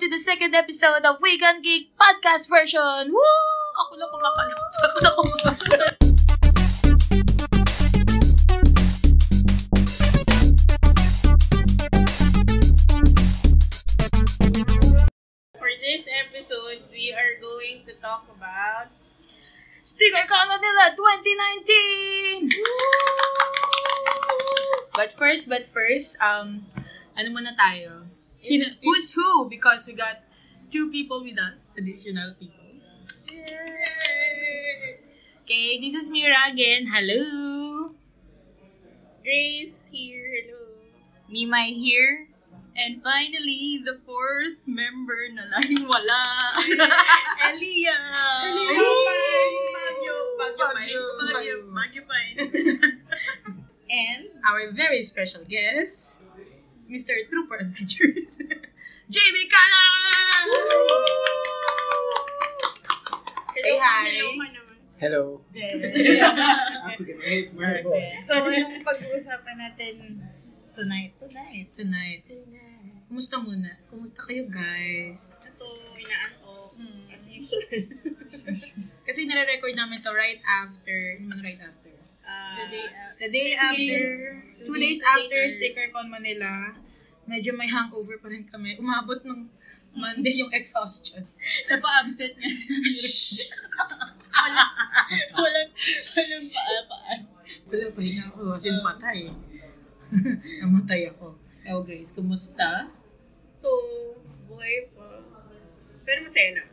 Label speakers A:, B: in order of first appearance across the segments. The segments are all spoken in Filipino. A: to the second episode of Weekend Geek Podcast Version! Woo! Ako na kumakalimutan. Ako na kumakalimutan.
B: For this episode, we are going to talk about
A: Sticker Con Manila 2019! But first, but first, um, ano muna tayo? Sino, who's who? Because we got two people with us, additional people. Okay, this is Mira again. Hello!
B: Grace here. Hello.
A: Mimay here.
C: And finally, the fourth member na laging wala. Elia!
B: Elia! Bagyo, Bagyo Pine.
C: Bagyo, Bagyo Pine.
A: and our very special guest, Mr. Trooper Adventures, JB Cannon! Say hi.
B: Hello ka naman.
D: Hello.
A: So,
B: anong pag-uusapan natin tonight? Tonight.
A: tonight, kumusta muna? Kumusta kayo guys?
B: Ito, inaantok.
C: Hmm.
B: As usual.
A: Kasi nare-record namin to right after, ano man right after?
B: Uh,
C: The day after.
A: The day
B: Six
A: after,
B: days.
A: two
B: Two
A: days
B: days
A: after
B: later.
A: StickerCon Manila, medyo may hangover pa rin kami. Umabot ng Monday yung exhaustion.
C: Napa-absent nga si Mira. Walang, walang paa-paa.
A: Wala pa rin ako. As in, patay. Namatay ako. Ew, Grace, kumusta?
B: So, buhay pa. Pero masaya na.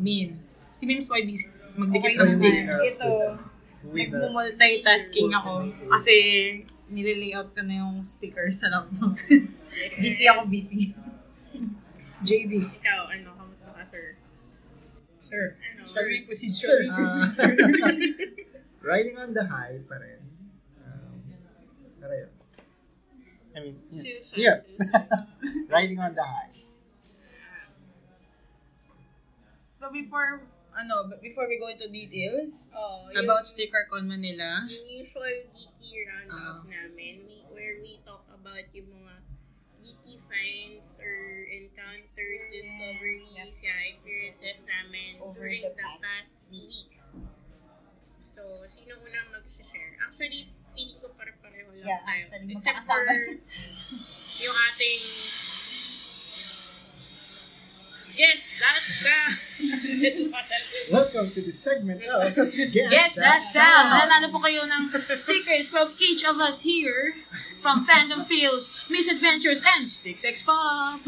A: Memes. Si Memes YB, magdikit
D: Okay
A: ng
D: naman.
A: stickers.
D: Ito, With the
E: Nagmumultitasking ako kasi nililayout ko na yung stickers sa laptop. busy ako, busy.
A: JB.
B: Ikaw, ano, kamusta ka, sir?
A: Sir.
B: Ano?
A: Sorry po si Sir.
D: Ah. riding on the high pa rin. Um, pero yun. I mean, yeah.
B: Chill,
D: Yeah. riding on the high.
A: so before, ano, but before we go into details
B: Oh, yun.
A: about StickerCon Manila,
B: yung usual geeky
A: Ah.
B: roundup namin, we, where we talk about yung mga geeky finds or encounters, discoveries, yeah, experiences namin
E: Over
B: during
E: the
B: the past, week. So, sino unang mag-share? Actually, feeling ko pare-pareho lang
E: Yeah,
B: tayo.
E: actually,
B: Except for
E: magkakasama.
B: yung ating Yes, that's the...
D: Welcome to the segment of Guess,
A: Yes, that's Sal. Nanalo po kayo ng stickers from each of us here from Fandom Feels, Misadventures, and Sticks X Pop.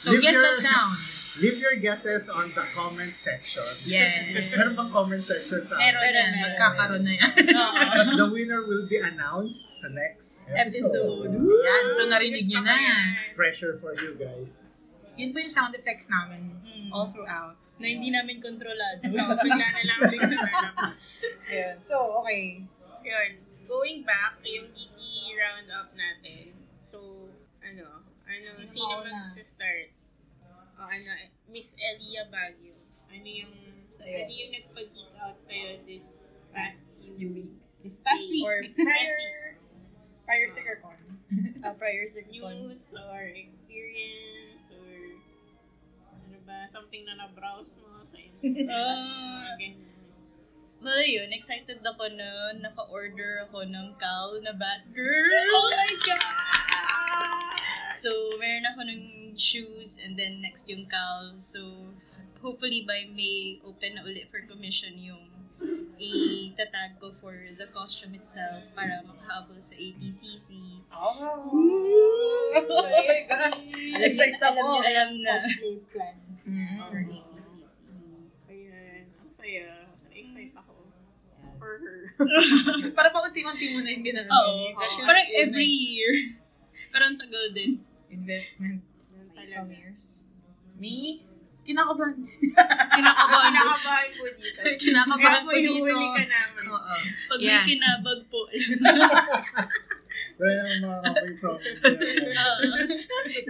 A: So,
D: Leave
A: guess
D: your-
A: that sound.
D: Leave your guesses on the comment section.
A: Yes.
D: Meron bang comment section sa
A: Meron na.
C: Meron, meron.
A: Magkakaroon na yan.
D: Tapos the winner will be announced sa next
A: Episode.
D: episode.
A: Yan. So, narinig nyo na.
D: Pressure for you guys.
A: Yun po yung sound effects namin all throughout.
C: Na hindi namin kontrolado.
B: Oo, bigla na lang bigla na lang.
E: Ayun. So, okay.
B: Yun. Going back, yung E geeky roundup natin. So, ano? Ano,
E: Sino
B: sino
E: mauna?
B: mag-start? O ano, Miss Elia Baguio. Ano yung,
E: Sa'yo.
B: ano yung nagpag-geek out sa'yo this past few
E: Few
B: weeks?
E: This past week.
B: Or
E: prior, prior
B: sticker
E: con.
C: Uh, prior circumstance.
B: News or experience or ano ba, something na na-browse mo sa internet.
C: Ah.
B: Ganyan.
C: Well, yun, excited ako noon. Naka-order ako ng cow na Batgirl.
A: Oh my God!
C: So, meron ako ng shoes and then next yung cow. So, hopefully by May, open na ulit for commission yung itatag ko for the costume itself para makahabol sa ATCC.
A: Oh my gosh! Excited ako.
C: Alam na.
E: plans.
A: Mm.
B: Ayun. Ang saya. Na-excite ako. For her.
A: Para pa unti-unti mo na yung ginagawa.
C: Oo.
A: niya. Kasi
C: Parang
A: yun eh. na
C: every year. Pero ang tagal din.
A: Investment.
B: Yun talaga.
A: Me? Kinakabahan.
C: Kinakabahan.
B: Kinakabahan po dito.
A: Kinakabahan ko dito.
B: Iuhuli ka namin.
A: Oo.
C: Pag may
A: Yeah.
C: kinabag po.
D: Where am I coming from? Yeah.
C: Ah,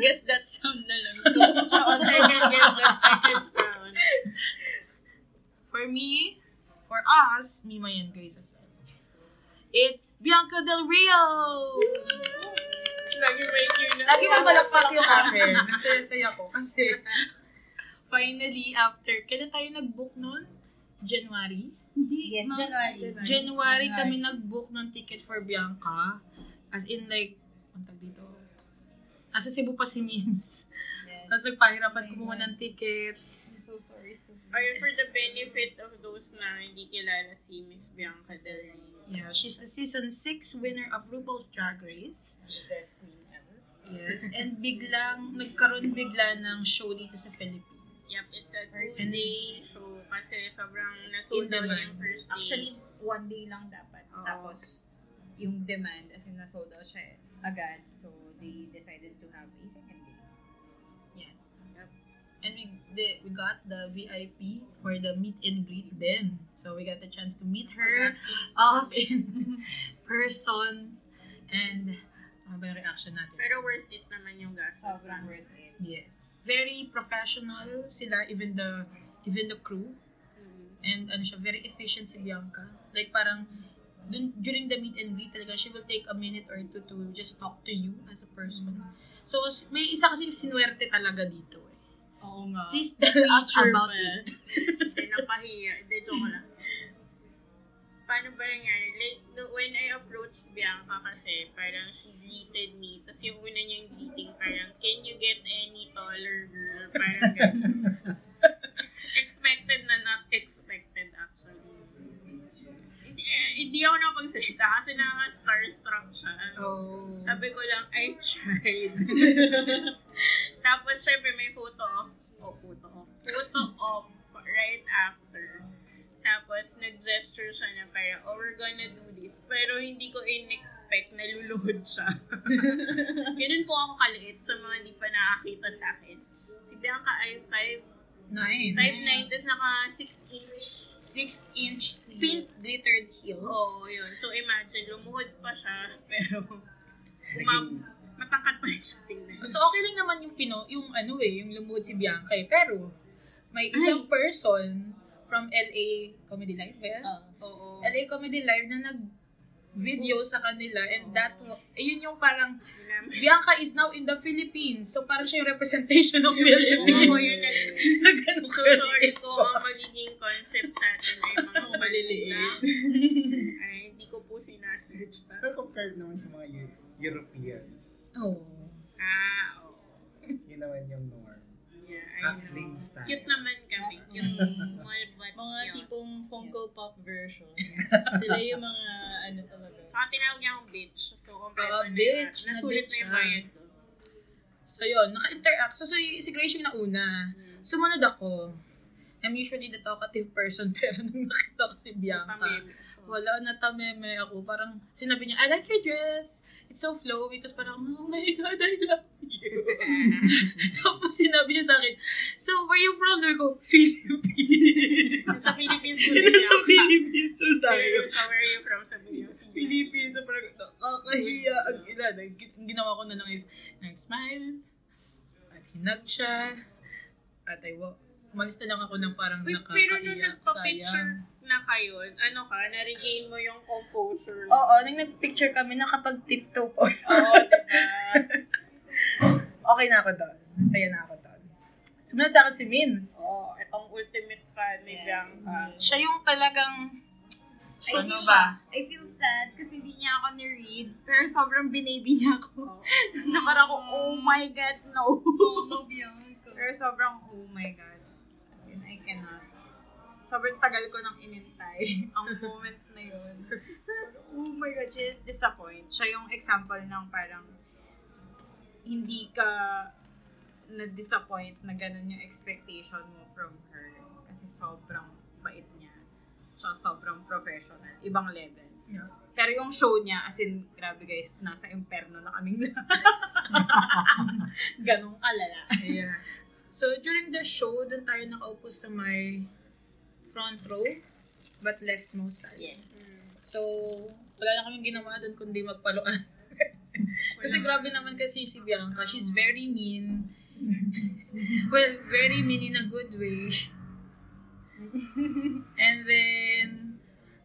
C: guess that sound na lang po.
B: Oo, second guess, that second sound.
A: For me, for us, Mima and Grace as well. It's Bianca Del Rio!
B: Lagi may tune na.
E: Lagi mamalakpak yung akin. Nagsaya-saya ko. Kasi,
A: Finally, after, kailan tayo nag-book nun? January? Hindi.
C: Yes,
A: ma-
C: January.
A: January kami nag-book ng ticket for Bianca. As in like, ang tag dito. Asa Cebu pa si Mims.
C: Yes.
A: Tapos nagpahirapan kumuha ng tickets.
C: So sorry. sir.
B: Or for the benefit of those na hindi kilala si Miss Bianca Del Rio.
A: Yeah, she's the season 6 winner of RuPaul's Drag Race.
E: best queen ever.
A: Yes. And biglang, nagkaroon bigla ng show dito sa Philippines.
B: Yep, it's a Tuesday, so kasi sobrang
A: In
B: nasold out
A: demand.
B: yung first day.
E: Actually, one day lang dapat.
B: Oo.
E: Tapos, yung demand, as in, na-sold out siya agad. So, they decided to have a second day.
A: And we the, we got the VIP for the meet and greet then. So we got the chance to meet her up in person and ano ba yung reaction natin?
B: Pero worth it naman yung gastos.
E: Sobrang worth it.
A: Yes. Very professional sila even the even the crew
B: Mhm.
A: and ano siya very efficient si Bianca. Like parang dun, during the meet and greet talaga she will take a minute or two to just talk to you as a person. So s- may isa kasing sinuwerte talaga dito eh.
C: Oo nga.
A: Please tell us
C: Sure
A: about
C: pa.
A: it.
B: Kasi napahiya. Hindi, joke lang. Paano ba nangyari? Like, no, when I approached Bianca kasi, parang she greeted me. Tapos yung una niyang greeting, parang, can you get any taller girl? Parang ganun. expected na not expected actually. Hindi, eh, hindi ako nakapagsalita kasi nakaka-starstruck siya.
A: Oh.
B: Sabi ko lang, I tried. Tapos, syempre, may photo off. Oh, photo off. Photo off right after. Tapos, nag-gesture siya na parang, oh, we're gonna do this. Pero hindi ko in-expect na luluhod siya. Ganun po ako kaliit sa mga hindi pa nakakita sa akin. Si Bianca ay 5'9",
A: Nine.
B: tapos naka 6 inch.
A: Six inch pink glittered heels.
B: Oo, oh, yun. So, imagine, lumuhod pa siya, pero ma- matangkad pa rin siya tingnan.
A: So okay lang naman yung Pino, yung ano eh, yung lumuhod si Bianca eh. Pero may isang person from LA Comedy Live ba yan?
C: Ah.
B: Oo.
A: LA Comedy Live na nag video
C: Oh.
A: sa kanila and that wa- eh, yun yung parang Bianca is now in the Philippines so parang siya yung representation of Philippines
B: Oo, yun lang.
A: na ganun
B: So,
A: ka
B: sorry ko ang magiging concept sa atin ay mga maliliit. Ay, hindi ko po sinasearch pa.
D: Pero compared naman sa mga Eu- Europeans,
A: oh.
B: Ah, oo.
D: yun naman yung norm.
B: Yeah, I know.
D: Halfling style.
B: Cute naman kami. Cute.
C: Mm.
B: Small but
C: Mga
B: cute.
C: tipong Funko Pop version. Sila yung mga ano talaga.
B: Saka tinawag niya akong bitch. So,
A: Oo,
B: kung paano na-
A: Ah, bitch, na
B: Nasulit
A: bitch
B: na yung
A: siya.
B: bayad ko.
A: so yun naka-interact so, so y- si Grace yung nauna
C: Hmm.
A: sumunod ako I'm usually the talkative person pero nung nakita ko si Bianca
B: Pameme. So,
A: Wala, natameme ako. Parang sinabi niya, I like your dress. It's so flowy. Tapos parang, oh my God, I love you. Tapos sinabi niya sa akin, so where you from? Sabi ko, Philippines.
B: Sa Philippines ko
A: Ito
B: siya.
A: sa Ah, Philippines yun tayo.
B: Where where are you from? Sabi niya. Philippines.
A: Philippines. So parang, nakakahiya. Ang ina, nag- ang ginawa ko na lang is, nag-smile. At hinag siya. At I walk. Umalis na lang ako ng parang
B: Uy,
A: nakakaiyak.
B: pero nung
A: sayang.
B: nagpa-picture na kayo, ano ka, na-regain mo yung composure.
A: Oo, nang nag-picture kami, nakapag-tiptoe po.
B: Oo, diba?
A: okay na ako doon. Masaya na ako doon. Sumunod sa akin si Mims.
B: Oo, Oh, itong ultimate fan ni Bianca.
A: Siya yung talagang...
E: I
A: ano
E: feel-
A: ba?
E: I feel sad kasi hindi niya ako ni-read. Pero sobrang binaby niya ako.
B: Oo.
E: na parang ako, oh my God, no.
C: Love Bianca.
E: pero sobrang, oh my God. As in, I cannot. Sobrang tagal ko nang inintay ang moment na yun. Sobrang, oh my God, she disappoint. Siya yung example ng parang hindi ka na-disappoint na ganun yung expectation mo from her. Kasi sobrang bait niya. Siya sobrang professional. Ibang level.
A: Yeah.
E: Pero yung show niya, as in, grabe guys, nasa imperno na kaming lahat. Ganong kalala.
A: Yeah. So, during the show, doon tayo nakaupo sa may front row, but leftmost side.
E: Yes.
A: So, wala na kaming ginawa doon kundi magpaluan. kasi grabe naman kasi si Bianca. She's very mean. well, very mean in a good way. And then,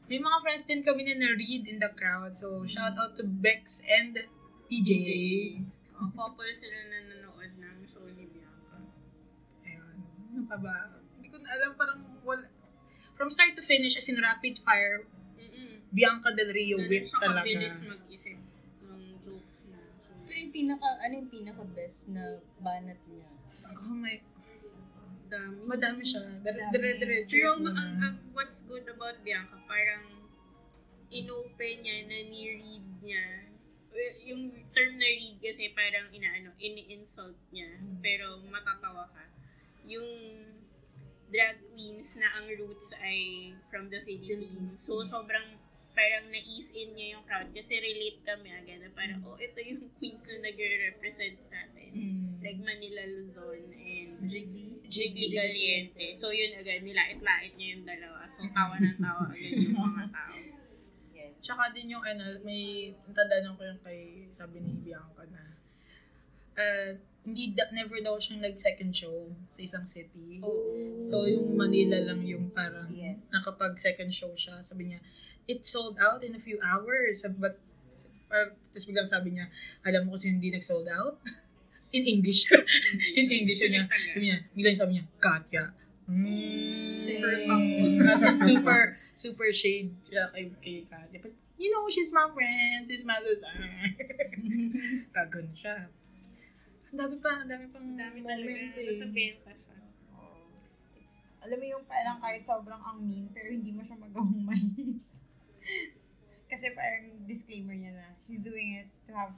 A: may mga friends din kami na na-read in the crowd. So, shout out to Bex and TJ.
B: O, couple sila na nanood ng show ni Bianca.
A: Ayun. Ano pa ba? Hindi ko na alam, parang wala. From start to finish, as in rapid fire,
B: Mm-mm.
A: Bianca Del Rio
B: Ganun
A: whip
B: siya
A: talaga.
B: kabilis mag-isip ng jokes na. So,
C: Pero yung pinaka, ano yung pinaka best na banat niya?
A: Oh my,
B: dami.
A: madami siya.
C: Madami.
A: Dire-diretso.
B: Pero ang, ang, ang, what's good about Bianca, parang inopen niya na ni-read niya. Well, Yung term na read kasi parang inaano, ini-insult niya.
C: Mm.
B: Pero matatawa ka. Yung drag queens na ang roots ay from the Philippines. So, sobrang parang na-ease in niya yung crowd kasi relate kami agad na parang, oh, ito yung queens na nagre-represent sa atin. Like Manila, Luzon, and
C: Jiggly.
B: Jiggly Caliente. So, yun agad, nilait-lait niya yung dalawa. So, tawa ng tawa agad yung mga tao.
C: Yes.
A: Tsaka din yung ano, may tandaan ko yung kay sabi ni Bianca na uh, hindi da, never daw siyang nag second show sa isang city.
E: Oh.
B: Oo.
A: So yung Manila lang yung parang
C: Yes.
A: nakapag second show siya. Sabi niya, it sold out in a few hours. Sabi, but par, tapos biglang sabi niya, alam mo kasi hindi nag-sold out? in English. in English yun niya. Sabi niya, biglang sabi niya, Katya. Mm, Kasi super, super shade siya kay, kay Katya. But, you know, she's my friend, she's my sister. Kagun siya. Ang dami pa, ang dami pang
B: Dami talaga.
A: moments eh.
B: Nasa benta siya.
E: Alam mo yung parang kahit sobrang ang mean, pero hindi mo siya magawang may. Kasi parang disclaimer niya na, she's doing it to have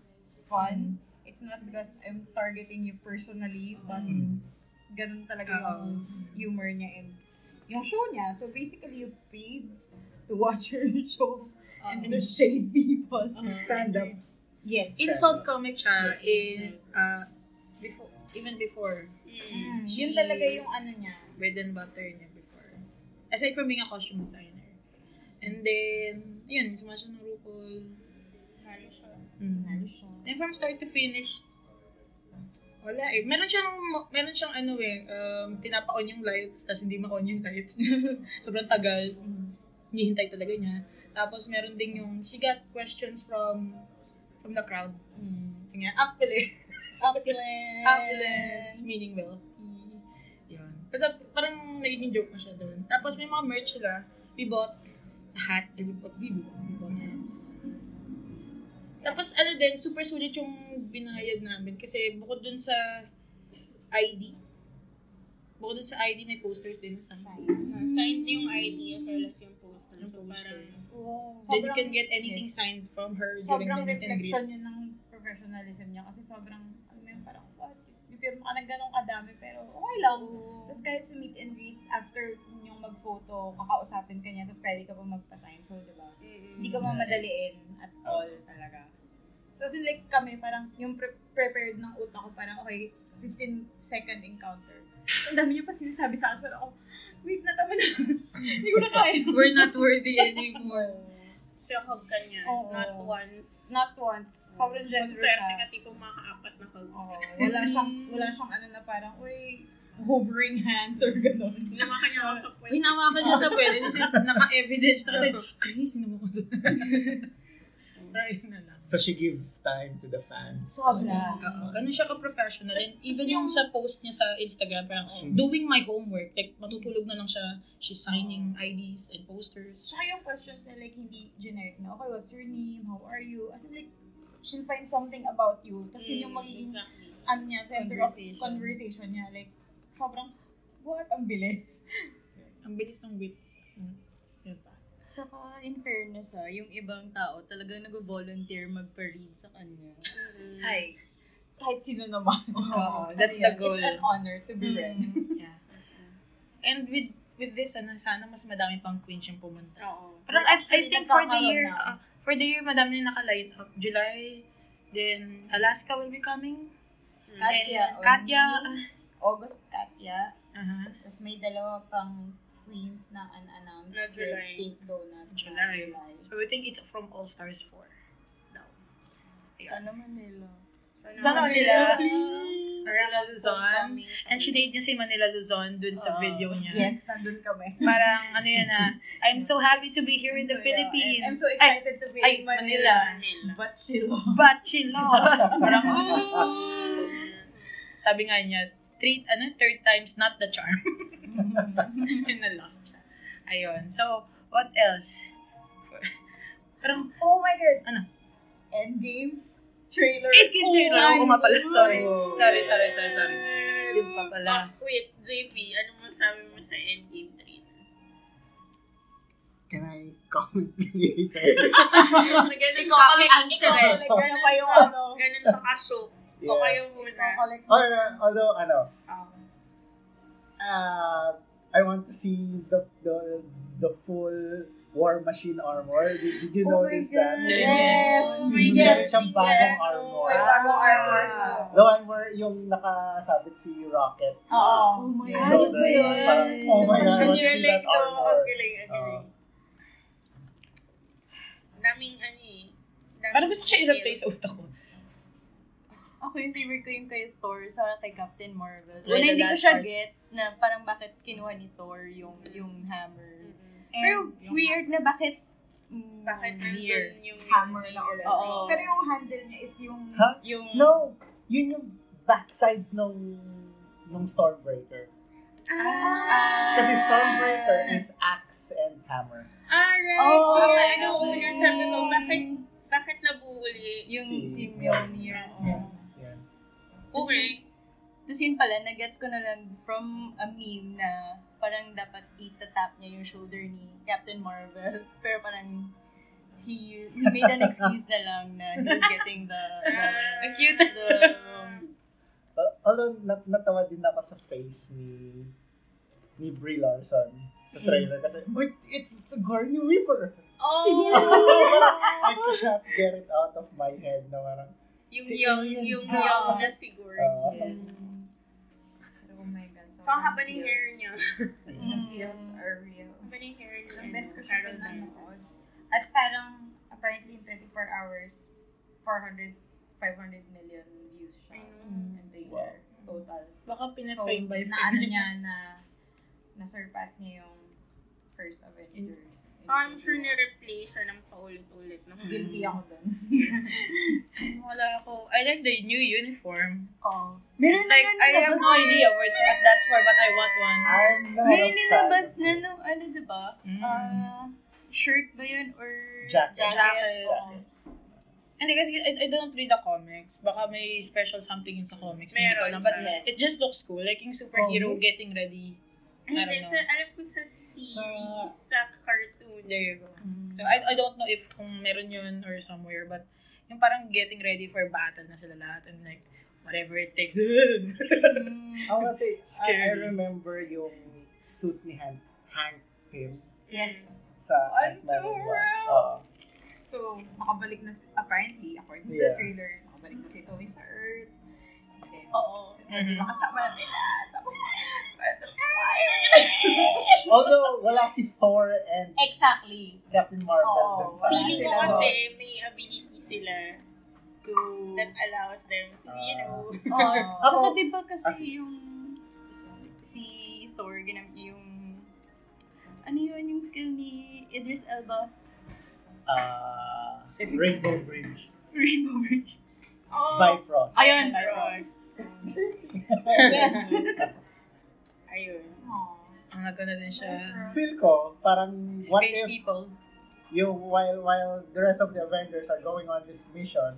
E: fun. It's not because I'm targeting you personally, but ganun talaga
A: Oo.
E: yung humor niya and yung show niya. So basically, you paid to watch her show and to shade people.
D: Stand up.
E: Yes.
A: Insult comic siya in, uh, before, even before,
B: Mm.
E: Mm, yun talaga yung ano niya.
A: bread and butter niya before. Aside from being a costume designer. And then, yun, sumasya ng RuPaul.
B: Ano siya?
A: Mm.
E: Mm-hmm.
A: And from start to finish, wala eh. Meron siyang, meron siyang ano eh, um, pinapa-on yung lights, tapos hindi ma-on yung lights. Sobrang tagal. Hinihintay talaga niya. Tapos meron ding yung, she got questions from from the crowd.
C: Mm.
A: Sabi niya, Apple
C: Opulence.
A: Opulence, meaning wealthy. Yun. Pero parang nagiging joke na siya doon. Tapos may mga merch sila. We bought a hat. eh, We bought, we bought, we bought hats. Tapos ano din, super sulit yung binayad namin. Kasi bukod dun sa ID, bukod dun sa ID, may posters din sa
B: Signed niya yung ID as well as yung poster.
A: Yung
B: So,
A: poster.
B: parang
E: Wow.
A: Then you can get anything signed from her during
E: sobrang
A: the meet and greet.
E: reflection yun ng professionalism niya kasi sobrang, alam mo yun, parang, what? Bipirma ka ng ganong kadami pero okay lang. Tapos kahit sa meet and greet, after yung mag-photo, kakausapin ka niya, tapos pwede ka pa magpa-sign. So, di ba? Hindi
B: mm,
E: ka mamadaliin at all talaga. So, as in, like kami, parang yung pre- prepared ng utak ko, parang, okay, 15 second encounter. Tapos ang dami niya pa sinasabi sa akin, parang, oh, wait, natama na. Hindi ko na kaya.
A: We're not worthy anymore.
B: So, hug ka niya.
E: Oo.
B: Not once.
E: Not once. Sobrang generous
B: Magswerte
E: siya.
B: ka, tipo makaapat na hugs.
E: Oo, wala siyang wala siyang ano na parang uy hovering hands or gano'n.
B: Hinawakan niya ako sa puwet.
A: Hinawakan siya sa pwede kasi naka-evidence na tayo. Kaya sinubukan sa Try na lang.
D: So she gives time to the fans.
E: Sobra.
A: Oo. Ganun siya ka-professional. And even yung sa post niya sa Instagram, parang
D: Mm.
A: doing my homework. Like, matutulog na lang siya. She's signing IDs and posters.
E: Tsaka yung questions niya like hindi generic na, okay, what's your name? How are you? As in like, she'll find something about you. Tapos yun yung magiging
B: Exactly.
E: ano niya, center of
C: Conversation.
E: conversation niya. Like, sobrang, what? Ang bilis.
A: Ang bilis ng wit. Mm. Yun pa.
C: Saka, in fairness ah, yung ibang tao talagang nag-volunteer magpa-read sa kanya.
E: Ay. Kahit sino naman.
A: Oo, that's
E: Ano yun,
A: the goal. Mm.
E: It's an honor to be read.
A: Yeah. And with with this, ano, sana mas madami pang queens yung pumunta.
B: Oo.
A: Parang I, I
E: Actually,
A: think for the
E: nagkakaroon
A: year, ah,
E: na.
A: for the year, madami na naka-line up. July, then Alaska will be coming.
E: Katya.
A: And Katya.
E: August Katya.
A: ah, aha,
E: Tapos may dalawa pang queens na unannounced.
B: Na July.
E: Like Pink Donut. na
A: July.
E: July.
A: So we think it's from All Stars 4. Daw.
C: Sana Manila.
E: Sana
A: Sana
E: Manila.
A: Manila. Arangal, Luzon. And she did yung si Manila Luzon dun sa
C: Oo.
A: video niya.
E: Oh, Yes, nandun kami.
A: Parang ano yan ah, I'm so happy to be here in the
E: So, yeah,
A: Philippines.
E: I'm- I'm so
A: Ay,
E: excited to be
A: ay,
E: in Manila.
B: Manila.
E: But she's
A: but she lost. Parang, oh. Sabi nga niya, three, ano, third time's not the charm. And na lost siya. Ayun. So, what else? Parang,
E: Oh my god.
A: Ano?
E: Endgame trailer.
A: Eight Kid Trailer.
E: my
A: Ako nga pala. Sorry.
D: Oh.
A: Sorry, sorry, sorry, sorry. Yun pa pala.
B: Oh, wait, JP, ano mo sabi mo sa Endgame 3?
D: Can I comment later?
B: Ganun
A: Ikaw
B: sa-
A: kami answer
B: ikaw,
A: eh.
B: like, ganun
E: Ano pa yung
B: sa-
E: ano?
B: Ganun sa kaso. O kayo muna.
E: Collect.
D: Or, uh, although, ano,
B: Um,
D: uh, I want to see the the the full War Machine armor. Did, did you
E: Oh my
D: notice
E: God.
D: that?
A: Yes.
E: Oh my
D: Meron
E: God.
D: siyang bagong armor.
E: May bagong
A: Ah.
E: armor.
D: The one where yung nakasabit si Rocket. sa
E: Oo.
D: shoulder.
A: God. Ayun ba yun?
D: Parang, oh my God, I
B: so
D: want to
B: you're
D: see
B: like,
D: that Oh.
B: no,
D: armor.
B: ang galing, ang galing. Daming ano eh. daming
A: Parang gusto ko siya i-replace sa utak ko.
C: Ako yung favorite ko yung kay Thor sa kay Captain Marvel.
A: Like
C: Una
A: the
C: hindi ko
A: last
C: siya
A: part.
C: gets na parang bakit kinuha ni Thor yung yung hammer.
E: And
C: Pero
E: yung
C: weird na bakit mm,
B: Bakit
C: weird.
B: nandun yung
E: Hammer na ulit.
C: Oo.
E: Pero yung handle niya is yung...
D: Huh?
C: Yung
D: No, yun yung backside ng nung Stormbreaker.
B: Ah!
D: Kasi Stormbreaker is axe and hammer.
B: Alright.
C: Oh,
B: Kaya
C: okay,
B: ano
C: okay.
B: una sabi ko, bakit, bakit nabuhuli?
C: yung
D: Si-
C: si Mjolnir.
D: Yeah.
C: oo.
D: Yeah.
B: Okay.
C: Tapos yun pala, nagets ko na lang from a meme na parang dapat itatap niya yung shoulder ni Captain Marvel. Pero parang he, he made an excuse na lang na he was getting the, the,
B: Ah,
A: Ang cute.
C: the
B: Um,
D: Uh, although, nat natawa din ako sa face ni ni Brie Larson sa trailer kasi, wait, it's Sigourney Weaver!
B: oh.
D: Parang, I cannot get it out of my head na parang,
B: yung
D: Si
B: young,
D: aliens
B: yung
D: ba?
B: young na siguro.
D: uh,
E: Oh my god. So
B: So, haba ng hair niya.
D: Mm.
C: Mm.
E: The feels are real.
B: Haba ng hair niya.
E: Ang best ko siya
B: Carol Diamond.
E: pinanood. At parang, apparently in 24 hours, 400, 500 million views siya.
B: Ayun.
E: And they
D: Wow.
E: were total.
A: Baka
E: So,
A: pina-frame by
E: na ano
A: frame.
E: niya na, na-surpass niya yung first Avengers.
B: So, I'm sure na-replace siya ng paulit-ulit. No?
E: Guilty ako dun.
A: Wala ako. I like the new uniform.
C: Oh. Meron
A: Like,
C: na
A: I have no idea what, what that's for, but I want one.
D: I'm not
C: Meron
D: a fan
C: nilabas
D: of
C: na
D: it.
C: nung ano, di ba?
A: Mm.
C: Ah, shirt ba yun? Or
D: Jacket. Oh.
A: Jacket.
C: Oo.
A: Hindi kasi I, I don't read the comics. Baka may special something yun sa comics. Hindi ko alam.
B: Meron
A: But
B: siya.
A: it just looks cool. Like yung superhero
D: Comics?
A: getting ready. I
B: Hindi,
A: don't
B: sa,
A: know.
B: alam ko sa series, sa cartoon.
A: There you go. So, I, I don't know if kung meron yun or somewhere. But yung parang getting ready for battle na sila lahat. And like, whatever it takes.
D: Ako kasi, I, I
A: Scary.
D: remember yung suit ni Han, Hank Pym
E: Yes.
D: sa
E: Ano
D: Ant-Man and Wasp.
E: raw?
D: Uh, Oo.
E: So, nakabalik na, si- apparently, according to the
D: Yeah.
E: trailers, nakabalik na si Tony sa Earth. And then,
C: Oo.
A: Mhm.
E: nakasama na nila. Tapos,
D: Although, wala si Thor and
E: exactly.
D: Captain Marvel
E: Oo.
D: dun sa
B: Oh, Feeling ko
D: Ant-Man.
B: kasi may ability sila
C: To...
B: that allows them to,
A: Ah.
B: you know,
C: Or,
D: Ako-
C: saka diba kasi
D: Ah, sige.
C: yung si Thor, ginamit yung ano yun yung skill ni Idris Elba?
D: Ah,
A: Pacific.
D: Rainbow Bridge.
C: Rainbow Bridge.
B: oh,
D: Bifrost.
C: Ayun.
B: Bifrost.
D: It's the same thing.
E: Yes.
B: Ayun.
A: Ang nagkana din siya.
D: Feel ko, parang what
A: Space
D: if
A: people.
D: yung while while the rest of the Avengers are going on this mission,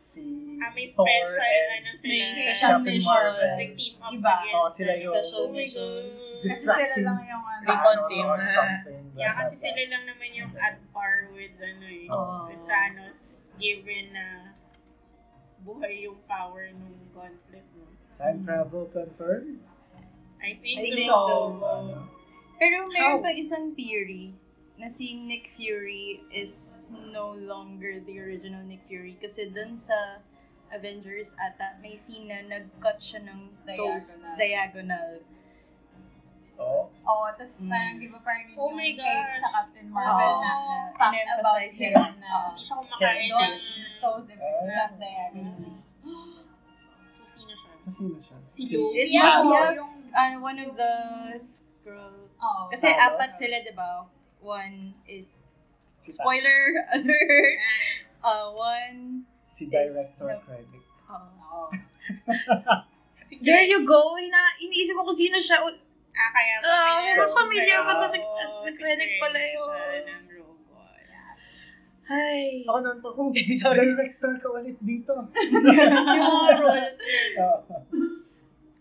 D: si
B: Ah, may
D: Thor
B: special,
D: and
B: ano sila.
C: May special
D: Captain
C: mission.
D: Marvel.
B: Nag-team up
E: Iba.
B: against
D: oh, sila yung
C: Special
B: Oh my God.
E: Kasi sila
D: distracting
E: lang yung ano.
A: Recon
D: Thanos
A: team,
D: or
A: ah.
D: something. blah,
B: Yeah,
D: blah,
B: kasi
D: blah.
B: sila lang naman yung at par with, ano eh,
C: Oo.
B: with Thanos, given na buhay yung power nung gauntlet mo.
D: Time travel confirmed?
B: I think,
C: I think
B: so.
C: so.
B: Oh.
D: Ano?
C: Pero
A: How?
C: meron pa isang theory na si Nick Fury is no longer the original Nick Fury kasi dun sa Avengers ata may scene na nag-cut siya ng toes
E: Diagonal.
C: diagonal.
D: Oh.
E: Oo, tapos
A: Mm.
E: parang di ba parang yun
B: Oh my
E: yung kay
B: gosh.
E: sa Captain Marvel
C: Oo.
E: na
C: na,
E: fact about
C: in-emphasize
E: him
C: nila.
E: na
C: Oo.
B: Hindi siya kumakain
E: Don't
B: ng...
E: toes if it's
D: Ah.
E: not diagonal.
B: So, sino siya?
D: Kasi na siya.
A: Si Lou.
C: It
E: Yes,
C: was
E: yes.
C: yung ano, one of the girls.
E: Oo.
C: Kasi
D: Tapos?
C: apat sila, di ba? One is,
D: Si, ta-
C: spoiler alert, uh, one,
D: si Director
C: Yes.
D: Krennic.
E: oh,
C: uh,
E: Oo.
A: There you go. Ina, iniisip ko kung sino siya.
B: Ah, kaya
A: Ah,
D: meron
A: pamilya
B: sa'yo.
A: ako na si- ah, si Krennic pala yun.
B: Siya ng robot.
A: Ay.
D: Ako noon po, oh,
A: Sorry.
D: director ka ulit dito.
B: Yung rules.
D: Oo.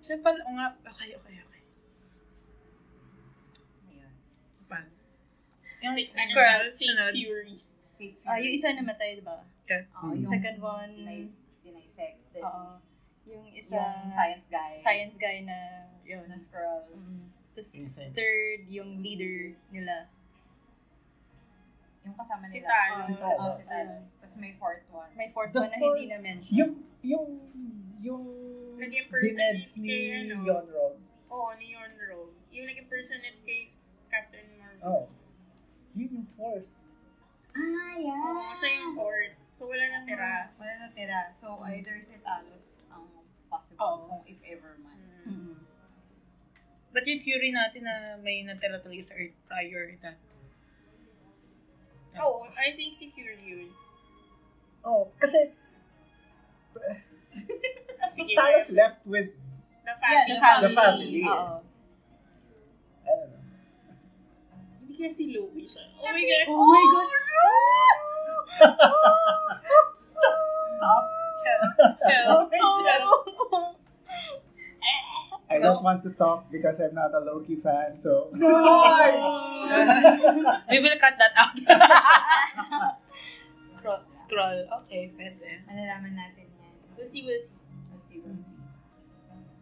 A: Siya pala. O nga. Okay, okay, okay. Ayun. Yung scroll,
B: Si
A: sunod.
B: Ano Fury.
C: uh, yung isa namatay, di ba?
E: Oo,
D: Mm.
E: Oh, yung
C: Second one,
E: dinisect.
C: oo. Yung isa,
E: Yung science guy.
C: science guy na, yun.
E: Na squirrel.
C: Mm. Tapos
D: Insane.
C: third, yung leader nila.
E: Yung kasama
B: Si
E: nila.
B: Talos.
D: Si
E: Oo,
D: Talos.
E: si Talos. Tapos may fourth one.
C: May fourth
D: The
C: one na hindi
D: fourth-
C: na-mention.
D: Yung, yung, yung
B: Naging person
D: dineds ni
B: kay ano.
D: Yon Rod.
B: Oo, ni Yon Rogue. Yung nag-impersonate kay Captain Marvel.
D: Oh. Yun yung fourth.
E: Ah, yeah. Mm.
B: Oo, siya yung fourth. So, wala na tira.
E: Wala na tira. So, either si Talos ang possible
C: Oo.
E: kung if ever man.
B: Mm.
C: Mm.
A: But yung Fury natin na may natira talaga sa Earth prior to that.
B: Oo, Oh, I think si Fury yun.
D: Oh, kasi
B: Sige.
D: Talos left with,
B: The
C: Yeah,
B: family.
C: the
D: The
C: family.
D: family.
C: Oo.
D: I don't know.
B: Hindi kaya si Loki siya. Oh my
A: Kasi-
B: God.
A: Oh my gosh.
C: So,
D: I don't want to talk because I'm not a Loki fan, so.
A: Oh We will cut that out. scroll, scroll. Okay, pwede.
E: Malalaman natin yan.
B: We'll see, we'll see.
E: Let's see, we'll see.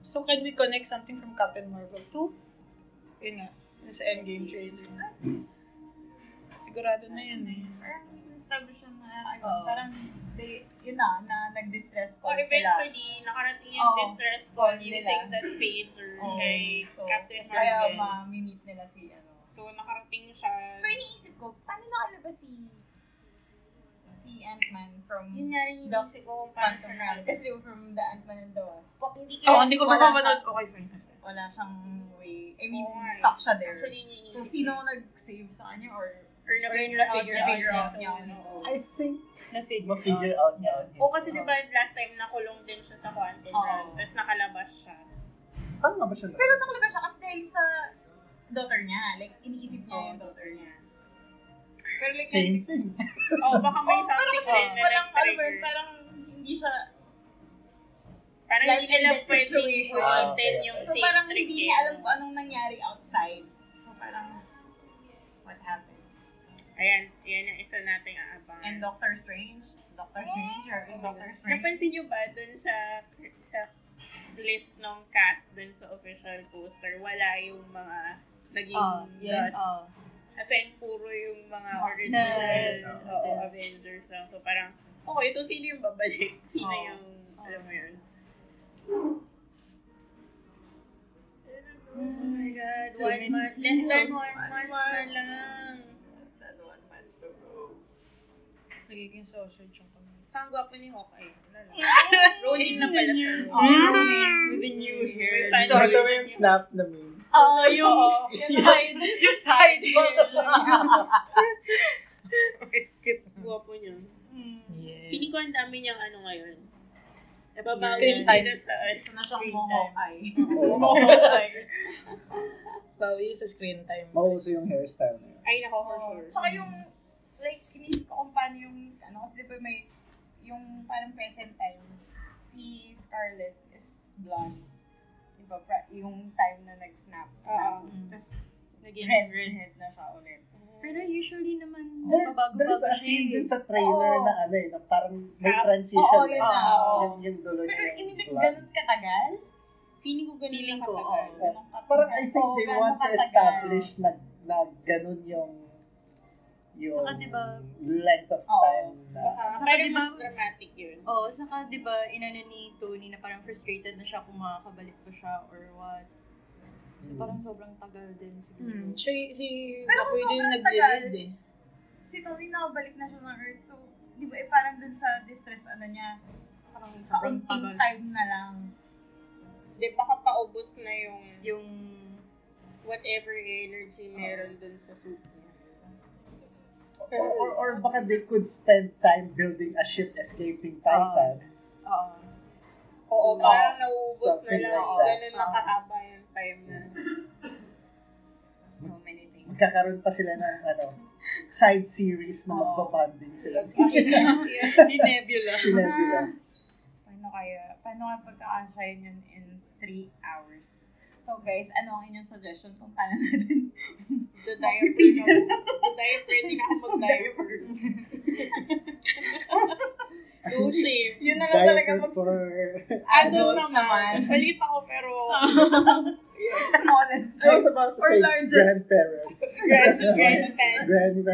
A: So, can we connect something from Captain Marvel to? Yun nga. Sa Endgame trailer. Sigurado na yun eh.
E: Parang establish na, ano,
C: Oo.
E: parang, they, yun na, na nag-distress
B: Or
C: Oh,
E: call sila.
B: eventually, nakarating yung
E: Oo.
B: distress call
E: Call nila.
B: using that pager
E: Oo.
B: kay
E: So,
B: Captain
E: Kaya
B: Marvel.
E: ma-meet nila si, ano,
B: so, nakarating siya.
E: So, iniisip ko, paano nakalabas si si Ant-Man from
B: yun nga rin yung
E: The
B: isip ko kung paano siya
E: Quantum Realm?
B: nakarating.
E: Kasi di ba from the Ant-Man and the Wasp?
B: Po- Hindi
A: Oh,
B: kaya,
A: hindi ko
E: wala
A: mapapanood. Okay, fine.
E: Wala siyang way. I mean,
B: Oo nga eh.
E: stuck siya there.
B: actually, yun yung
E: so,
B: iniisip
E: sino
B: ko.
E: ang nag-save sa kanya or
B: Or na-figure
C: na-
B: out
C: figure
B: niya.
C: out
E: figure out
C: so,
E: niya on
B: ano.
E: his own?
D: I think
C: na-figure
D: ma-figure
C: out.
D: out niya. on his
B: O kasi
D: own.
B: diba last time nakulong din siya sa Quantum
E: Oo.
B: Realm, tapos nakalabas siya.
D: Paano nga ba siya?
E: Pero nakalabas siya kasi dahil sa daughter niya. Like, iniisip niya
B: Oo,
E: yung daughter niya.
B: Pero like,
D: Same thing.
B: oh, baka may
E: Oh, pero
B: something
E: kasi
B: din na
E: walang, ano ba,
B: nag-trigger.
E: parang hindi siya,
B: Parang hindi
E: Like,
B: nila
E: in that
B: pwedeng
E: situation.
B: ulitin
D: Ah, okay.
B: yung
E: so
B: same
E: parang
B: trigger.
E: hindi niya alam kung anong nangyari outside. So parang, what happened?
B: Ayan, yan yung isa nating aabangan.
E: And Doctor Strange? Doctor Strange or is Doctor Strange?
B: Napansin nyo ba dun sa sa list ng cast dun sa official poster, wala yung mga naging
C: Oh,
E: yes. Oh,
B: gods.
C: Oh.
B: As in, puro yung mga
E: Na-
B: original
D: na-
B: oo,
C: na-
B: Avengers lang. So parang, okay, so sino yung babalik? Sino
E: Oo.
B: yung, alam mo yun?
E: Mm-hmm.
C: Oh my God.
B: So one month. Less than one month na lang.
A: Nagiging sausage yung kami.
B: Saan gwapo ni Hawkeye? Wala lang. Ronin na pala siya.
A: Mm.
B: With a new hair.
D: So, ito yung snap na meme.
C: Oh, yung
A: side. Yung side.
B: Gwapo niya.
A: Yes.
E: Hmm.
B: Pili ko ang dami niyang ano ngayon.
A: Screen
B: Nababawi
A: time.
B: sila sa
E: So na siyang Mohawkeye.
A: Bawi sa screen time.
D: Mauso yung hairstyle na yun.
B: Ay, nako, for sure.
E: Tsaka yung, like, inisip ko kung paano yung, ano, kasi di ba may, yung parang present time, si Scarlett is blonde. Diba, pra, yung time na nag-snap. Snap.
B: Oo.
E: Tapos,
C: naging
E: red, redhead na siya ulit.
C: Pero usually naman,
D: There, there's a
C: mababago-bago
D: scene
C: siya
D: dun
C: eh.
D: sa trailer
E: Oo.
D: na ano eh, na parang may
B: Ah,
D: transition.
E: oo,
D: eh.
E: yun na, oo.
D: Yung, yung dulo
E: Pero,
D: niya.
E: I mean, like,
D: black.
E: ganun katagal?
B: Feeling ko ganun lang
C: Feeling ko,
B: kapag.
C: oo.
E: Ganun katagal?
D: Parang I think they
E: Oo,
D: want to
E: ganun katagal.
D: establish na, na ganun yung yung
C: Saka, di ba-
D: length of
E: Oo.
D: time na
B: Baka,
C: Saka,
B: pero
C: diba-
B: mas dramatic yun.
C: Oo, oh, saka di ba inano ni Tony na parang frustrated na siya kung makakabalik pa siya or what. So
D: Hmm.
C: parang sobrang tagal din siguro.
A: Hmm. Siya, si
E: Pero
A: Nakoy din
E: sobrang
A: nag-dead
E: tagal.
A: eh.
E: Si Tony nakabalik na siya ng Earth. So, di ba, eh, parang dun sa distress, ano niya,
C: Parang sobrang
E: kaunting
C: tagal.
E: time na lang.
B: Di baka paubos na yung yung whatever energy meron dun sa soup niya.
D: Or, or, or baka they could spend time building a ship escaping Titan.
C: Oo.
B: Oo,
D: Oo.
B: parang nauubos na
D: Something
B: lang.
D: like that.
B: Ganun na
C: Oo.
B: kahaba yung time na.
C: So many things.
D: Magkakaroon pa sila ng ano, side series na
C: Oo.
D: magbabanding sila.
B: Ayun na siya.
C: Di Nebula.
D: Pinabila.
E: Paano kaya? Paano kaya pagka-anshayin yun in 3 hours? So guys, ano ang inyong suggestion kung paano natin
B: The diaper na. The diaper. Hindi na ako mag-diaper. No shame.
E: Yun na lang talaga
D: Diaper
E: mag-
D: for...
E: Adult naman.
B: Palit ako pero... Yes.
E: Smallest.
D: I was about to
E: Or
D: say
E: largest.
D: grandparents.
E: Grand, grand pen.
D: Grandma.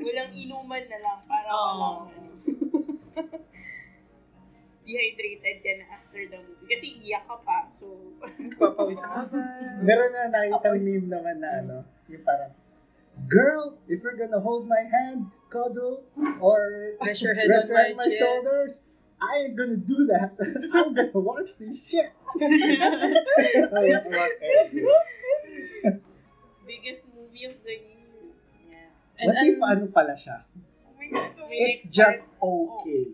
B: Walang inuman na lang. Para
C: Oo.
B: walang... ano. Dehydrated ka na after the movie. Kasi iyak ka pa. So,
E: Papawis
D: Meron na nakita meme naman na ano, yung parang, Girl, if you're gonna hold my hand, cuddle, or
A: Rest your head
D: rest
A: on
D: right
A: my,
D: my
A: chin.
D: shoulders, I ain't gonna do that. I'm gonna watch this shit. What
B: biggest movie of the year.
E: Yes.
A: And, and,
D: if ano pala siya?
E: Oh my God.
D: It's just okay.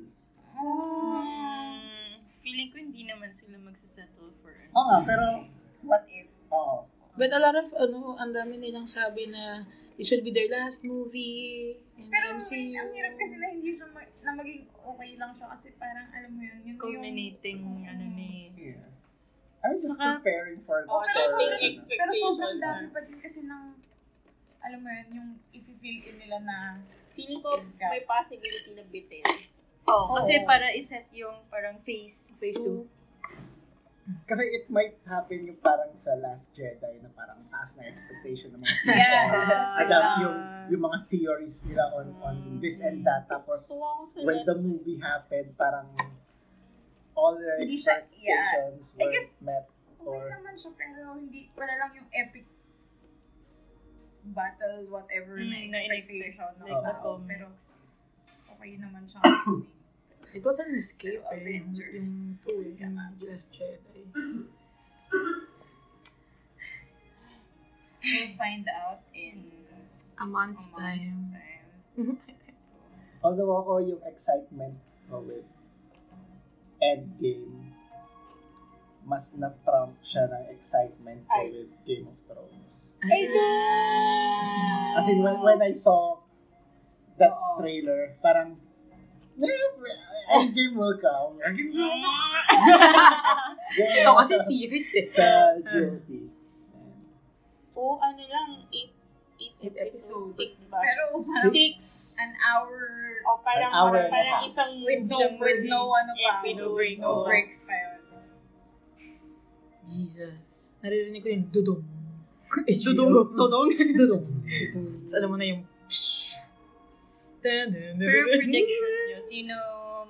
E: Ah.
C: Mm, feeling ko hindi naman sila magsasettle for ano.
D: Oo nga, Ah, pero, oh,
E: What if?
D: oo.
A: but a lot of, ano, ang dami nilang sabi na it should be their last movie. in
E: Pero
A: MCU.
E: ang hirap kasi na hindi siya ma- na maging okay lang siya kasi parang alam mo yun, yun yung...
C: Culminating, ano ni...
D: Yeah. I'm just
C: Saka-
D: preparing for
B: Oh,
E: pero
B: so,
E: sobrang-
B: expectation.
E: Pero sobrang dami
B: ah.
E: pa din kasi ng alam mo yun, yung ipipil in nila na
B: Feeling ko may possibility na bitin.
C: Oh, kasi
E: Oo.
C: para iset yung parang phase
A: Phase two.
D: Kasi it might happen yung parang sa Last Jedi na parang taas na expectation ng mga people. adapt yung yung mga theories nila on on this and that tapos
B: Tuwa ko sa
D: when the movie happened parang all their
E: Hindi siya-
D: expectations
E: yeah. I
D: were
E: guess-
D: met
E: Okay
D: or
E: naman siya pero hindi, wala lang yung epic battle, whatever na
C: Mm, na
E: expectation. Na
C: in-expect, like
D: the
E: tao.
C: comics.
E: Pero okay naman siya.
A: It was an escape eh. Yung,
E: Avengers.
A: yung two eh. Yung Last Jedi.
E: we'll find out in
A: A
E: a
A: month's
E: month's
A: time.
E: time.
D: although ako yung excitement ko with Endgame mas na-trump siya ng excitement ko
B: Ay.
D: with Game of Thrones.
E: Ay, no!
D: As in, when, when I saw that
E: Oo.
D: trailer, parang, "Eh, Endgame will come. Ganyan
A: Ito kasi
D: sa-
A: series eh.
D: sa GOT.
B: Oo, Oh, ano lang, 8
A: Eight episodes.
B: Six ba?
E: Pero parang
B: Six.
E: an hour
B: O parang,
D: An hour
B: parang,
D: and a half.
B: isang
E: with no,
B: isang
E: with no ano pa.
B: episode.
C: No breaks.
E: No
B: Oo.
E: breaks pa yun.
A: Jesus. Naririnig ko yung dudong.
C: Todong.
A: Dudong. So, alam mo na yung...
C: Pero predictions nyo, sino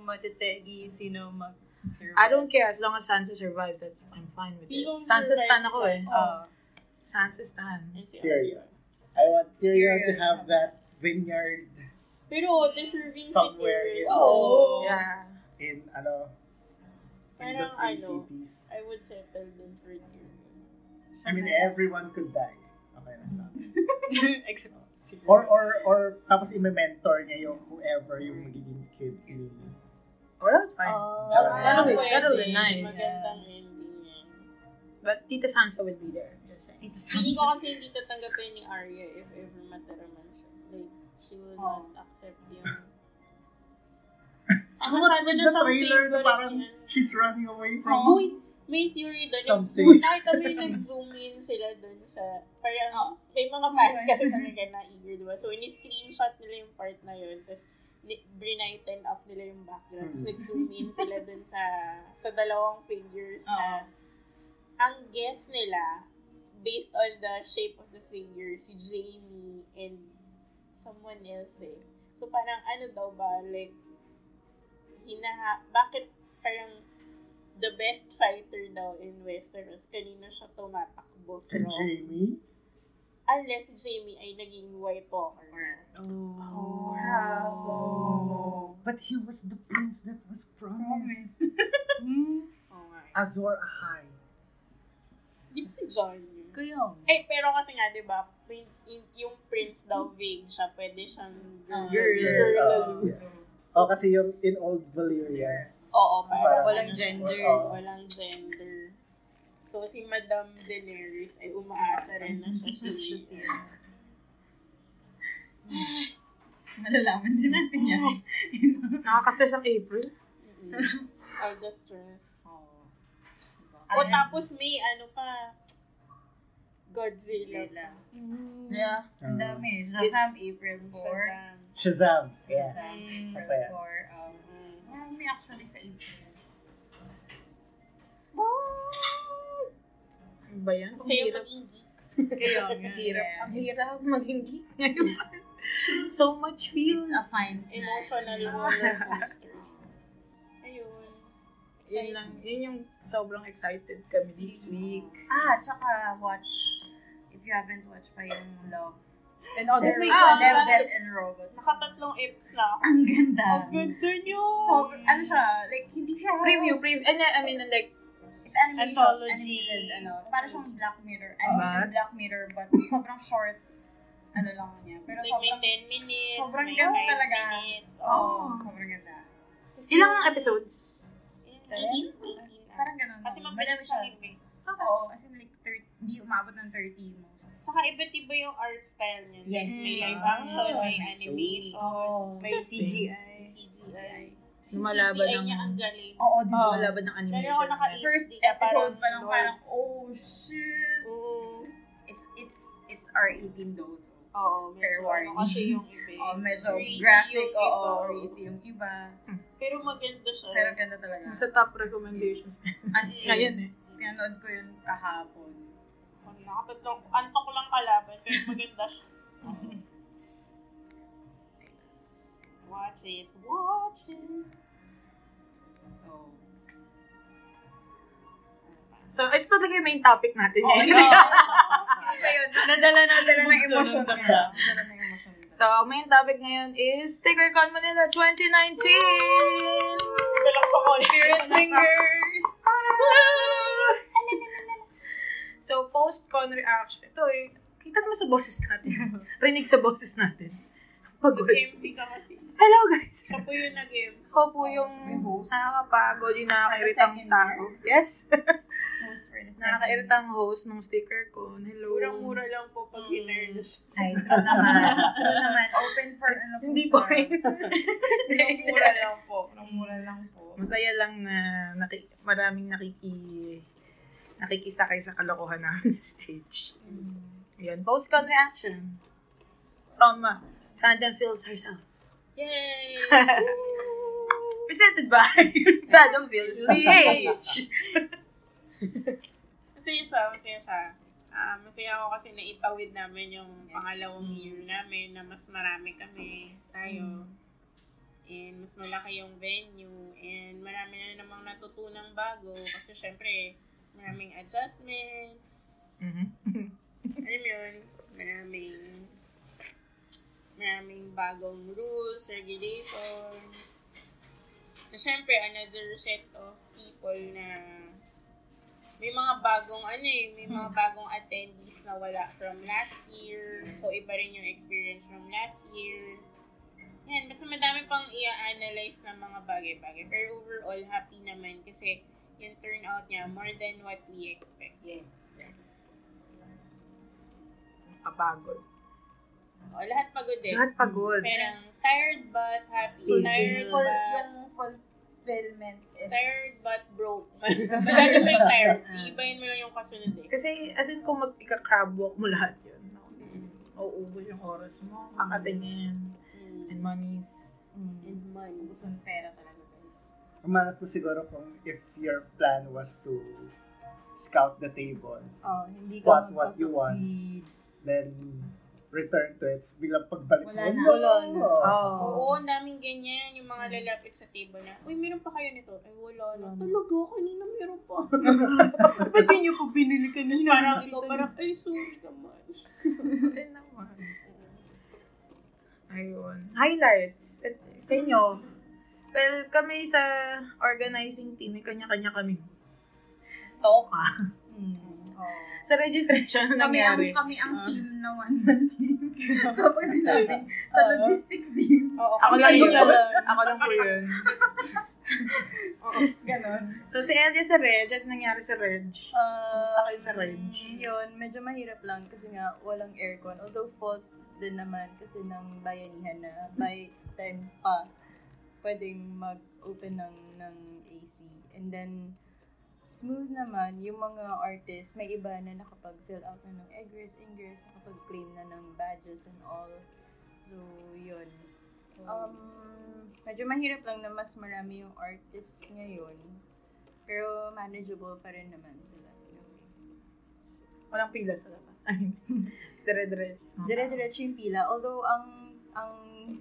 C: matetegi, sino mag-serve?
A: I don't care as long as Sansa survives. That's, I'm fine with it.
B: Feeling
A: Sansa
B: survive
A: stan ako eh.
B: siya.
E: Uh,
C: Oh.
A: Sansa stan.
B: And si-
D: Tyrion. I want Tyrion to
E: Tyrion.
D: have that vineyard
B: Pero deserving
D: Somewhere
B: si
D: in-
B: Tyrion.
E: Oo.
B: Oh,
A: Yeah.
D: in ano in the
B: Parang
D: free
B: ano.
D: cities.
B: I would settle dun for Tyrion.
D: I mean everyone could die. Okay lang lang.
C: Except
D: Or or or tapos i-mentor niya yung whoever yung magiging kid ni
A: Well, that's Oh, fine.
D: That'll- that'll be-
A: that'll be nice.
B: Magandang ending yan.
E: eh.
A: But Tita Sansa will be there. Just saying.
C: Ito sa
B: Hindi ko kasi hindi tatanggapin ni Arya if ever matira man siya. Like, she will
E: Oh.
B: not accept yung...
D: Too much with the
B: siyang
D: trailer na
B: favorite
D: parang
B: niya.
D: she's running away
E: Oh.
D: from
B: Uy, may theory doon.
D: Something.
B: Nag- Nakita mo yung nag-zoom in sila doon sa...
E: Oh.
B: Parang, may mga fans kasi talaga na eager, diba? So, ini-screenshot nila yung part na yun. Tapos, ni- brinighten up nila yung background. Tapos,
D: Hmm.
B: nag-zoom in sila doon sa sa dalawang figures
E: Oo.
B: na ang guess nila, based on the shape of the figure, si Jamie and someone else eh. So parang ano daw ba, like, hinaha, bakit parang the best fighter daw in Westeros, kanino siya tumatakbo
D: kay
B: from?
D: Jamie.
B: Unless si Jamie ay naging White Walker.
A: Oh,
B: crap.
A: Oh.
D: But he was the prince that was promised.
E: Promise.
B: Oo nga eh.
D: Azor Ahai.
B: Di ba si John yun?
C: Kaya,
B: Eh, pero kasi nga, di ba, prin- in- yung prince daw vague siya, pwede siyang girl.
E: Girl.
B: girl
D: Ah,
B: lalo.
D: yeah. Oh, kasi yung in old Valyria.
B: Oo, parang
D: Parang
C: walang
B: ano siya,
C: gender.
B: oo, walang gender. So, si Madam Daenerys ay umaasa rin na siya si
C: siya.
E: Malalaman din natin yan.
A: Nakakastress ang April.
B: Mm-mm. All the stress. O
E: Oh,
B: tapos may ano pa, Godzilla.
E: Godzilla.
A: Yeah.
E: Ang
D: Ah.
E: dami. Shazam, April 4.
B: Shazam.
D: Shazam. Yeah.
E: Shazam,
C: Mm.
D: Sa kaya.
E: April 4. Um,
B: Mm.
E: marami actually sa April.
A: Ano ba yan? Ang
B: Sa'yo
A: hirap.
B: maging geek.
E: Kayo,
A: Ang hirap. Ang hirap maging geek ngayon. so much feels.
E: It's a fine
B: Emotional roller coaster. Ayun.
A: Yun lang. Yun yung sobrang excited kami this week.
E: Ah, tsaka watch, if you haven't watched pa yung Love,
C: And
B: Oh,
C: other
A: my
E: ah,
A: God.
E: Love, Death, and Robots.
B: Nakatatlong eps na ako.
E: Ang ganda.
B: Ang ganda niyo!
E: So, ano siya, like, hindi siya...
A: Preview, preview. And I mean, like,
E: It's animation.
C: Anthology.
E: Animated, ano. Para siyang Black Mirror. Animated
A: But-
E: Black Mirror, but sobrang short. Ano lang niya. Pero
B: Like, may
E: sobrang...
B: 10 minutes.
E: sobrang
B: may
E: ganda
B: 5
E: talaga.
B: Minutes.
E: Oo,
B: Oh.
E: sobrang ganda.
A: ilang episodes?
B: 18? 18.
E: Parang ganun.
B: Kasi mabilis
E: Madami
B: siyang iba.
E: Oo, as in like, 30, hindi umabot ng 30 most.
B: Saka iba't iba yung art style niya.
E: Yes.
B: May
E: Mm.
B: live
C: Ah.
B: action, may animation,
E: Oo.
B: may CGI.
C: CGI.
B: CGI.
A: Lumalaban
B: CGI
A: ng-
B: niya ang galing.
E: Oo, di ba?
A: Oh. Wala ba ng
B: Lalo
A: animation?
B: ako naka-HD.
E: First
B: kaya
E: episode pa lang,
B: Lord.
E: parang, oh, shit.
B: Oo.
E: It's, it's, it's E R18 though. So.
B: Oo,
E: Fair
B: medyo ano
E: warning.
B: kasi yung iba.
E: Oh, medyo
B: Crazy
E: graphic,
B: yung
E: oo,
B: iba.
E: crazy yung iba.
B: Pero maganda siya.
E: Pero ganda talaga.
A: Sa top recommendations.
E: As in,
A: Ngayon eh.
E: pinanood ko yun kahapon.
B: Ang nakatatlong, antok lang kalaban, pero maganda siya. Watch it, watch it.
E: So,
A: So, ito talaga yung main topic natin.
E: oh,
A: eh.
E: yun. Ayun,
C: Nadala
E: Dala
C: natin
E: na
C: ang
E: yung
C: emotion
E: emotion ko.
C: ng bakla.
E: Dala na yung emotion ko.
A: So, ang main topic ngayon is TakerCon Manila 2019!
B: Galang pa ko.
C: Spirit fingers!
A: So, post-con reaction. Ito eh, kita naman sa boses natin. Rinig sa boses natin. Pagod.
B: Nag-MC ka kasi.
A: Hello guys!
B: Siya po yung nag-MC.
A: Ako po
E: May
A: yung
E: host.
A: nakakapagod yung nakakairitang
E: Second year.
A: tao. Yes!
E: Most for the second.
A: nakakairitang host ng sticker ko. Hello.
B: Murang-mura lang po pag
C: Mm.
B: hinire na siya.
E: Ay, true naman. True naman. Open for ano po
A: Hindi po
E: siya.
A: eh.
B: Murang-mura lang po.
E: Mura lang po.
A: Masaya lang na naki, maraming nakiki nakikisakay sa kalokohan namin sa stage. Yun, post-con reaction from uh, Fandom Feels Herself.
B: Yay!
A: Presented by Fandom Feels PH.
B: Masaya siya, masaya siya. Ah, masaya ako kasi naitawid namin yung pangalawang year namin na mas marami kami, tayo. And mas malaki yung venue. And marami na namang natutunang bago. Kasi syempre, maraming adjustments.
A: Mhm.
B: Alam mo yun, maraming maraming bagong rules, regulations. Na syempre, another set of people na may mga bagong ano eh, may mga
A: Hmm.
B: bagong attendees na wala from last year. So, iba rin yung experience from last year. Yan, basta madami pang i-analyze ng mga bagay-bagay. Pero overall, happy naman kasi yung turnout niya more than what we expect.
E: Yes.
A: Kapagod.
B: O, lahat pagod eh.
A: Lahat pagod.
B: Parang tired but happy.
A: Fulfilled.
B: Tired
E: Full,
B: but...
E: yung fulfillment is...
B: Tired but broke. Madali pa yung tired. Iibayin mo lang yung kasunod eh.
A: Kasi as in kung magpika-crab walk mo lahat yun. no?
B: Mm.
A: Uuubos yung oras mo, kakatingin, and
B: Mm.
A: monies.
B: And money.
E: Gusto ng pera talaga.
D: Umangas mo siguro kung if your plan was to scout the tables,
C: Oh, hindi ka
D: Spot what you want.
C: magsasucceed.
D: then return to it, bilang pagbalik
E: Wala na.
C: Wala na.
A: Oh.
B: Oo, ang daming ganyan. Yung
E: Hmm.
B: mga lalapit sa table na, Uy, meron pa kayo nito? Ay, wala na.
C: Wala na.
B: Talaga, kanina meron pa.
A: Ba't yun yung pinili ka na
B: parang ikaw, parang, ay, sorry naman.
A: naman. Ayun. Highlights. At sa inyo, Well, kami sa organizing team, may kanya-kanya kami. Oo ka. Sa registration, ang
E: Kami ang,
A: nangyari.
E: kami ang
C: Ah.
E: team na one man team. so, pag sinabi, sa logistics team,
C: Oo,
A: Ako lang
E: Sa'yo.
A: yun. Ako lang po yun.
E: ganon.
A: So, si Elia sa Reg, at nangyari sa Reg. Kumusta kayo sa range?
C: Um, Yun, medyo mahirap lang kasi nga walang aircon. Although fault din naman kasi ng bayanihan na by 10 pa pwedeng mag-open ng, ng AC. And then, smooth naman yung mga artists. May iba na nakapag-fill out na ng egress, ingress, nakapag-claim na ng badges and all. So, yun. Um, medyo mahirap lang na mas marami yung artists ngayon. Pero manageable pa rin naman sila. in a way.
A: Walang pila sa labas. Ay, Dire-diretso.
C: Dire-diretso yung pila. Although, ang ang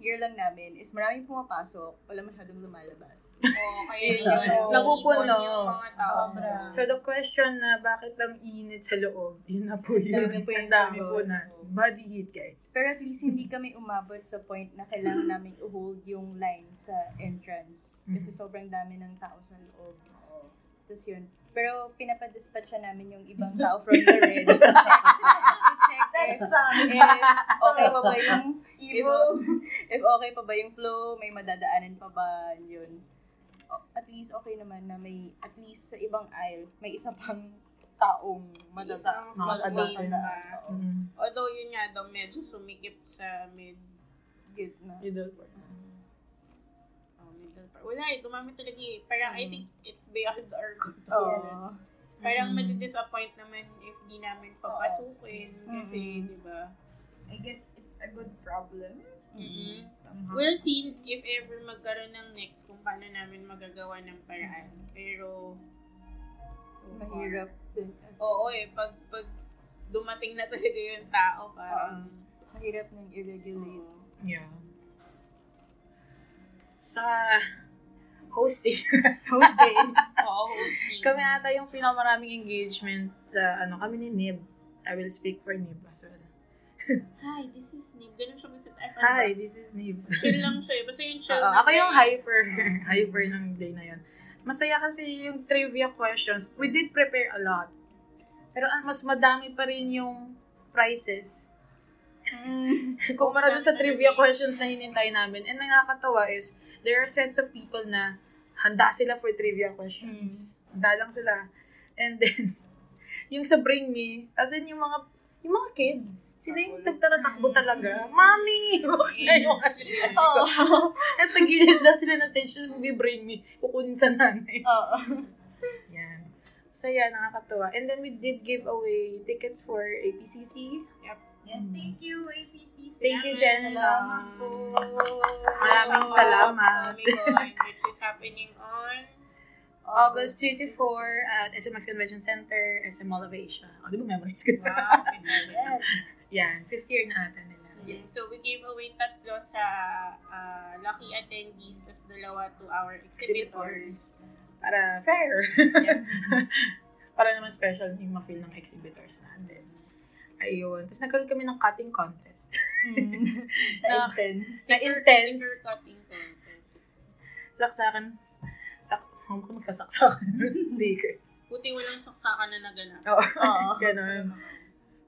C: year lang namin is maraming pumapasok, wala masyadong lumalabas.
B: Oo, kaya yun. yung
A: Napupuno.
B: ipon Yung mga tao.
E: Sobra.
A: So, the question na bakit lang init sa loob, yun na po yun.
C: Yun na po yung
A: Ang dami po
C: sagot.
A: na. Body heat, guys.
C: Pero at least hindi kami umabot sa point na kailangan namin i-hold yung line sa entrance. Kasi sobrang dami ng tao sa loob. Tapos yun. Pero pinapadispatch na namin yung ibang tao from the ridge to check, to check if,
E: ah,
C: if okay pa ba yung if, if okay pa ba yung flow, may madadaanan pa ba yun. O- At least okay naman na may, at least sa ibang aisle, may isa pang taong madada.
B: Isang
A: Nakakadaan.
B: malalaman.
C: madadaan. Oo.
A: Mm.
B: Although yun nga daw, medyo sumikip sa mid
C: Gitna.
A: Middle part.
B: oh, middle part. Wala eh, dumami talaga eh. Parang I think it's beyond our control.
C: Oo.
B: Parang
A: Mm.
B: madidisappoint naman if di namin papasukin. Kasi,
C: Mm-mm.
B: di ba?
E: I guess it's a good problem.
C: Mm-hmm.
B: Mm-mm.
E: Somehow.
B: We'll see if ever magkaroon ng next kung paano namin magagawa ng paraan. Pero, so far-
C: Mahirap din. As
B: Oo eh, pag, pag dumating na talaga yung tao, parang,
C: Mahirap nang i-regulate.
A: Yeah. Sa hosting.
E: Host day.
B: oo, hosting.
A: kami ata yung pinakamaraming engagement sa ano, kami ni Nib. I will speak for Nib as well.
B: Hi, this is Nib. Ganun siya kasi, ay, parang
A: Hi, this is Nib.
B: Chill lang siya eh. Basta yung chill.
A: Oo,
B: na
A: ako
B: siya
A: yung
B: eh.
A: hyper. hyper ng day na yun. Masaya kasi yung trivia questions. We did prepare a lot. Pero ang mas madami pa rin yung prizes. Kumpara dun sa trivia questions na hinintay namin. And ang nakakatawa is, there are sets of people na handa sila for trivia questions. Handa lang sila. And then, yung sa Bring Me, as in yung mga yung mga kids, sila yung nagtatakbo talaga. Mami! Okay na yung Oo. Tapos nagilid lang sila na stage, tapos mag-bring me, kukunin sa nanay.
C: Oo.
A: Yan. So yeah, nakakatuwa. And then we did give away tickets for APCC.
E: yes, thank you, APCC.
A: Thank you, Jensen.
E: Salamat po.
A: Maraming salamat.
B: Comic-Con, which is happening on
A: August 24 at SMS Convention Center, SM Mall of Asia. O, Oh, di ba memorize ko?
B: Wow, Bisaya.
C: Yes.
A: Yan, 50 year na ata nila.
B: Yes. So, we gave away tatlo sa ah, lucky attendees, tas dalawa to our exhibitors.
A: Exhibitors. Para fair. Para naman special yung ma-feel ng exhibitors natin. Ayun. Tapos nagkaroon kami ng cutting contest.
C: Mm. Intense.
A: na intense.
B: Sticker cutting contest.
A: saksakan. Saks Huwag ko magkasaksakan. Stickers.
B: Buti walang saksakan na naganap.
A: Oo.
C: Oo.
A: Ganun.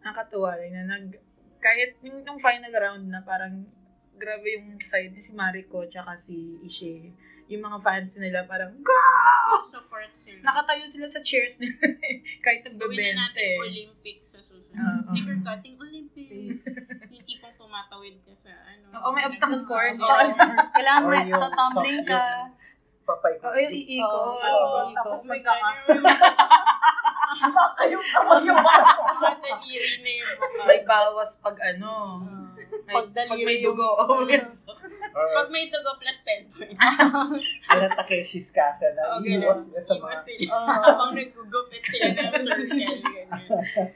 A: Nakatuwa rin na nag... Kahit yung, yung final round na parang grabe yung side ni si Mariko tsaka si Ishe. Yung mga fans nila parang, go!
B: Support sila.
A: Nakatayo sila sa cheers nila. kahit eh.
B: Gawin na natin
A: nagbebente.
B: Olympics sa susunod.
A: Oo.
B: Sticker cutting Olympics. yung tipong tumatawid ka sa ano.
A: Oo, may obstacle course.
B: Oo.
C: Kailangan mo,
D: Or yung-
C: tutumbling ka.
D: Papay ko.
A: Oo, yung iiko.
C: Oo,
A: Oo.
C: iiko.
E: Tapos
B: Oh my God.
E: magkaka.
D: Ayun kamay yung baso.
B: Mataliri na yung mukha.
A: May bawas pag ano. May, pag,
C: Pag daliri
A: may
C: yung-
A: dugo. Oo, yun.
B: Pag may tugo plus 10 points.
D: Pag Takeshi's Casa na
B: Okay,
D: iiwas sila sa
B: Iwas
D: mga...
B: sila. Habang nagugupit sila ng circle. ganyan.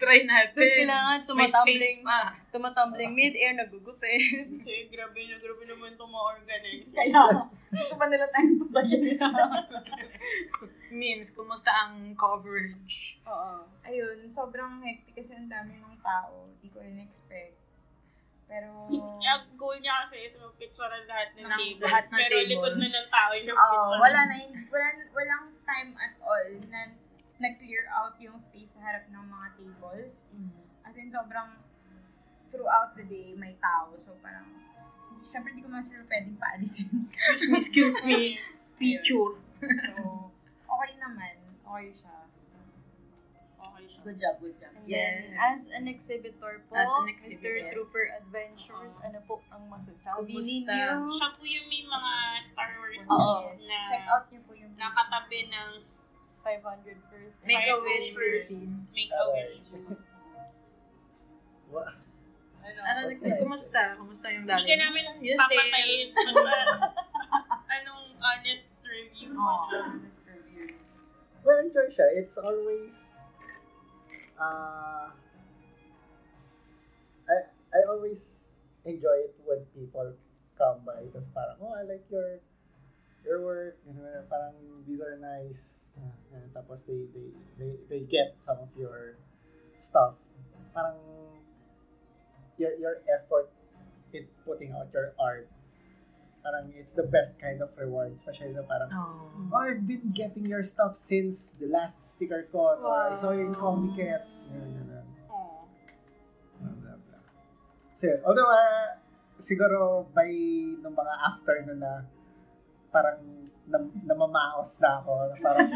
A: Try natin.
C: Tapos kailangan
A: may
C: tumatumbling,
A: space pa.
C: tumatumbling mid-air, nagugupit.
B: So, eh, grabe na, grabe naman itong ma-organize.
E: Kaya, gusto ba nila tayong patayin?
A: Memes, kumusta ang coverage?
C: Oo.
E: Ayun, sobrang hectic kasi ang dami ng tao. Hindi ko in-expect. Pero,
B: Ang goal niya kasi is magpicturean lahat ng
E: Ng
B: tables.
A: lahat ng
B: pero likod na
A: tables.
B: ng tao yung
E: oh,
B: picture.
E: wala na yun. Walang, walang time at all na nag-clear out yung space sa harap ng mga tables. As in, sobrang throughout the day may tao. So, parang, syempre di ko naman sila pwedeng paalisin.
A: Excuse me, excuse me. Picture.
E: So, okay naman. Okay siya.
B: Okay siya.
E: Good job, good job.
C: And
A: Yes.
C: then, as an exhibitor po,
A: As an
C: Mr.
A: exhibitor.
C: Trooper Adventures,
B: Oo.
C: ano po ang masasabi
A: Kumusta?
C: ninyo?
B: Siya po yung may mga Star Wars
C: Oo.
B: na
E: Check out niyo po yung
B: nakatabi ng
C: 500 first.
B: Make a wish for
A: teens.
B: make-a-wish.
D: Wa-
A: Ano, nag- kumusta? Kumusta yung
B: Hindi
A: dati?
B: ka namin
A: Yes,
B: papatayin.
A: sales.
B: Anong honest review mo?
E: Oh, honest review.
D: Well, enjoy siya. It's always, uh, I, I always enjoy it when people come by. Tapos parang, oh, I like your your work. You know, parang, these are nice. Uh, and tapos they, they, they, they get some of your stuff. Parang, your, your effort in putting out your art. Parang, it's the best kind of reward. Especially na parang,
A: Oh.
D: oh, I've been getting your stuff since the last sticker ko, or I saw you in Comic Cat. Ganun, ganun. Blah, blah, blah. So, yun. although, ah, siguro, by nung mga after nun na, parang nam- namamaos na ako. na Parang,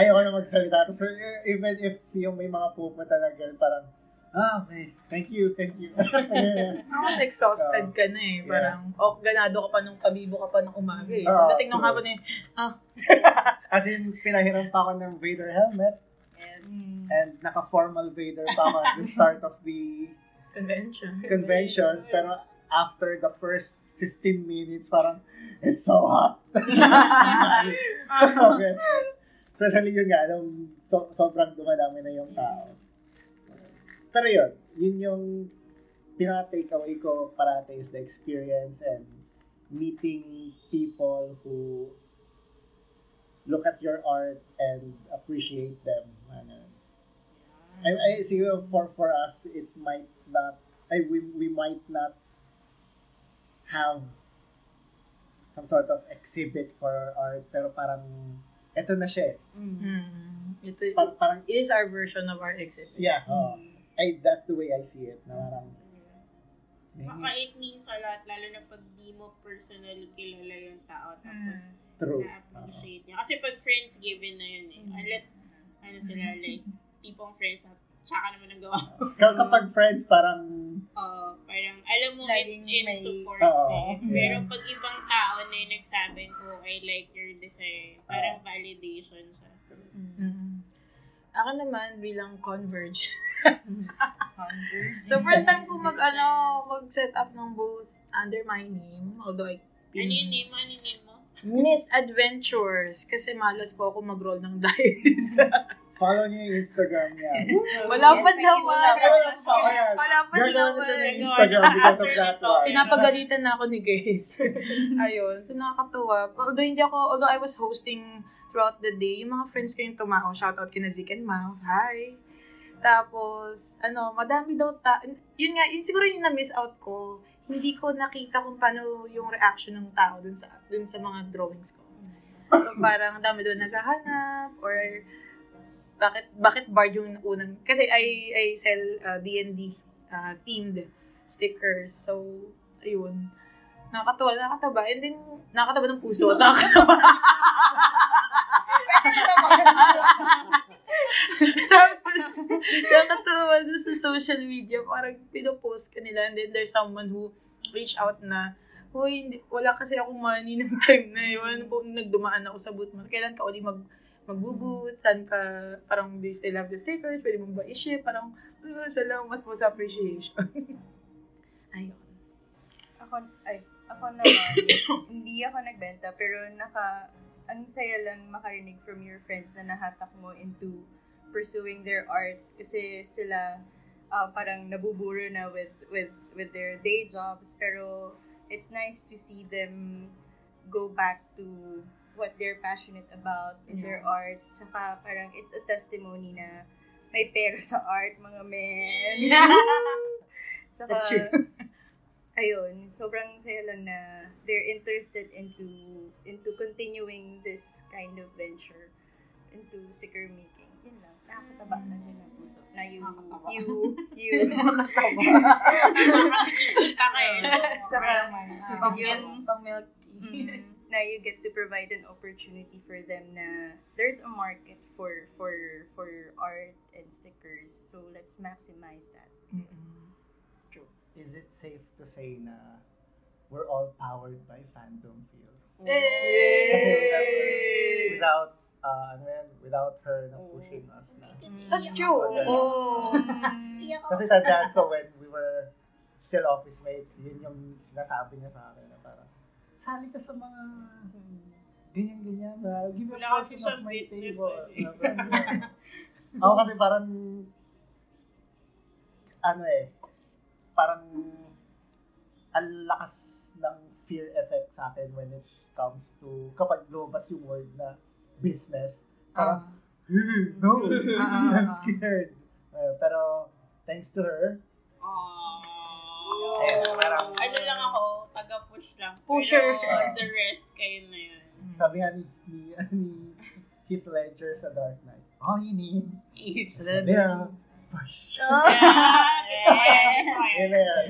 D: ayoko na magsalita. So, e, even if yung may mga pupunta na ganun, parang, ah, okay, thank you, thank you.
A: Ako kasi exhausted ka na eh. Parang, oh, ganado ka pa nung kabibo ka pa ng umaga eh.
D: Ah,
A: Dating nung
D: true.
A: hapon eh.
D: As in, pinahiram pa ako ng Vader helmet,
A: Mm,
D: and naka-formal Vader pa ako at the start of the
A: Convention.
D: convention, pero after the first 15 minutes, parang, it's so hot. Ah, okay. Especially yun nga, nung so, sobrang dumadami na yung tao. Pero yun, yun yung pinaka-take away ko parate is the experience and meeting people who look at your art and appreciate them. Ano. I, I siguro for for us it might not I we we might not have some sort of exhibit for our art pero parang eto na siya eh.
A: Mm. Ito,
D: Pa- parang
A: it is our version of our exit.
D: yeah oh. I that's the way I see it na parang mm,
B: Baka it means a lot, lalo na pag di mo personally kilala yung tao. Tapos,
E: Hmm.
D: true
B: na-appreciate niya. Kasi pag friends given na yun eh. Unless, ano sila,
E: Hmm.
B: like, tipong friends na tsaka naman ang gawa.
D: Oo. Ah. Ka- kapag friends parang
B: Oo, parang, alam mo,
E: Laging
B: it's in
E: may-
B: support
D: Oo,
B: eh.
D: yeah.
B: Pero pag ibang tao na yung nagsabing, oh, I like your design,
D: Ah.
B: parang validation siya. Ano
A: Mm. Ako naman bilang converge.
E: Converge.
A: So first time ko mag ano, mag set up ng booth under my name, although I
B: Ano yung name mo? Ano yung name mo?
A: Miss Adventures kasi malas po ako mag-roll ng dice.
D: follow niyo yung Instagram niya.
A: Wala pa naman. Wala pa
D: Gagawin na siya
A: naman.
D: ng Instagram because of that one.
A: Pinapagalitan na ako ni guys. Ayun, so nakakatuwa. Although hindi ako, although I was hosting throughout the day, yung mga friends ko yung tumao, shoutout kina Zeke and Mav, hi! Tapos, ano, madami daw ta... Yun nga, yun siguro yung na-miss out ko. Hindi ko nakita kung paano yung reaction ng tao dun sa, dun sa mga drawings ko. So parang ang dami doon naghahanap or bakit bakit bard yung unang kasi I I sell uh, D&D uh, themed stickers. So ayun. Nakakatuwa, nakakataba. And then, nakakataba ng puso. Nakakataba. Tapos, nakakatawa na sa social media. Parang pinopost ka nila. And then, there's someone who reach out na, Hoy, hindi- wala kasi akong money ng time na yun. Ano Po, nagdumaan ako sa booth mo. Kailan ka uli mag magbuboot, saan ka, parang do you still have the stickers, pwede mong ba i-ship, parang, "Ah, salamat po sa appreciation. Ayun.
C: Ako, ay, ako naman, hindi ako nagbenta, pero naka, ang saya lang makarinig from your friends na nahatak mo into pursuing their art kasi sila ah, parang nabuburo na with, with, with their day jobs, pero it's nice to see them go back to what they're passionate about in their
A: Yes.
C: art. Saka parang it's a testimony na may pera sa art, mga men. Saka,
A: That's true.
C: ayun, sobrang saya lang na they're interested into into continuing this kind of venture into sticker making. Yun lang. Nakakataba lang yun ang puso. Na you, you, you,
B: Kita ka eh.
C: Saka,
A: Pang
C: yun.
A: milk, pang milk tea.
C: mm, na you get to provide an opportunity for them na there's a market for for for art and stickers. So let's maximize that.
D: Is it safe to say na we're all powered by fandom feels? Kasi without, without uh, ano yan, without her na pushing us na.
A: That's true. Oh.
D: Oo.
C: Mm.
D: Kasi tandaan ko when we were still office mates, yun yung sinasabi niya sa akin na parang, sali ka sa mga ganyan-ganyan, well, give me a
B: Wala kasi
D: portion of
B: siyang
D: my
B: business,
D: table.
B: eh.
D: Ano ba yun? Ako kasi parang, ano eh, parang ang lakas ng fear effect sa akin when it comes to kapag lumabas yung word na business,
B: Ah.
D: parang, no,
E: Ah, ah,
A: Uh-huh.
D: I'm
E: ah.
D: scared. Eh, pero, thanks to her,
B: Aww.
D: Ayun, parang,
B: Ano lang ako, taga-push lang.
A: Pusher.
B: Pero the rest, kayo na yun.
D: sabi nga ni, ni, ni Heath Ledger sa Dark Knight, all you need is a little push.
B: Yeah.
D: Yun
B: Ayan.
D: na yan.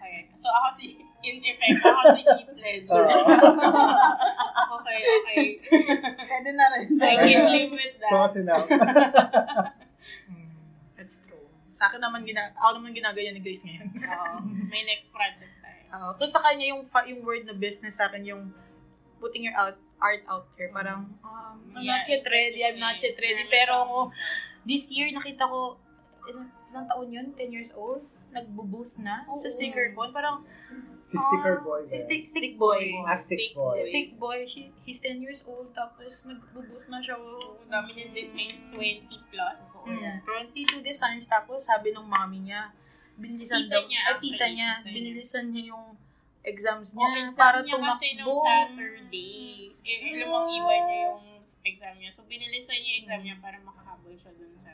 B: Ayan. So ako si, in effect, ako si Heath Ledger. okay, okay.
E: Pwede na rin.
B: I can live with that.
D: Close enough.
A: That's true. Sa akin naman, gina ako naman ginagaya ni Grace ngayon.
B: Oo. May next project eh.
A: Uh,
B: tayo.
A: tapos sa kanya yung, fa- yung word na business sa akin, yung putting your out, art out there. Parang, um, I'm not yet ready, I'm not yet ready. Pero ako, this year nakita ko, ilang ilang taon yun? 10 years old? Nagbo-booth na sa sticker con. Parang,
D: si Sticker
A: ah,
D: Boy.
A: Si
D: ba?
A: stick, stick Boy.
D: Ah, Stick Boy.
A: Si eh. Stick Boy, she, he's 10 years old. Tapos nagbo-booth na siya. Oh,
B: Ang dami niyang designs, 20 plus.
A: Mm, 22 designs. Tapos sabi nung mami niya, binilisan
B: Tita
A: daw.
B: niya,
A: Niya, tita
B: actually,
A: niya,
B: tita niya.
A: binilisan niya yung exams niya
B: Oh, exam
A: para
B: niya kasi nung
A: tumakbo.
B: Saturday. Eh, alam mo, iwan niya yung exam niya. So, binilisan niya yung exam niya para makahabol siya dun sa...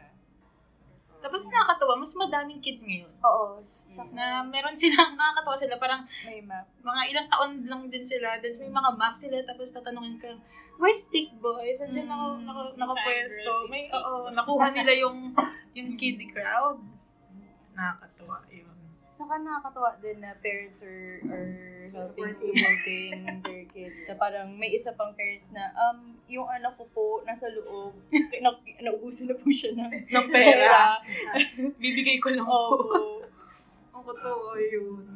A: Tapos nakakatawa, mas madaming kids ngayon.
C: Oo.
B: Mm.
A: Na meron silang, nakakatawa sila, parang
C: May map.
A: mga ilang taon lang din sila. Then may mga map sila, tapos tatanungin ka, where's Stick Boy? Saan siya
C: Mm.
A: naka,
B: Hmm.
A: naka, nakapwesto?
B: Five girls,
A: May,
B: six
A: oo, nakuha nila yung, yung kiddie crowd. Nakakatawa yun.
C: Saka nakakatawa din na parents are, are helping supporting their kids. Na parang may isa pang parents na, um, yung anak ko po, nasa loob, na, naubusan na po siya ng
A: Ng pera.
C: pera.
A: Bibigay ko lang po.
C: Oo.
A: Ang totoo yun.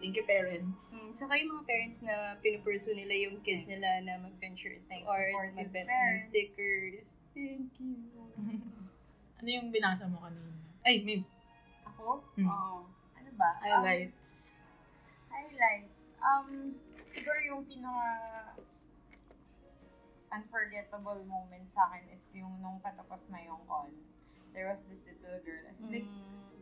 A: Thank you, parents.
C: Mm, saka yung mga parents na pinupursue nila yung kids nila na mag-venture into
E: Thanks,
C: art,
E: supportive
C: magbenta ng
E: parents.
C: stickers. Thank you.
A: ano yung binasa mo kanina? Ay, Ah. memes.
E: Ako?
A: Mm.
B: Oo.
E: Ano ba? Um,
A: Highlights.
E: highlights. Um, siguro yung pinaka unforgettable moment sa akin is yung nung patapos na yung con. There was this little girl. As in, like,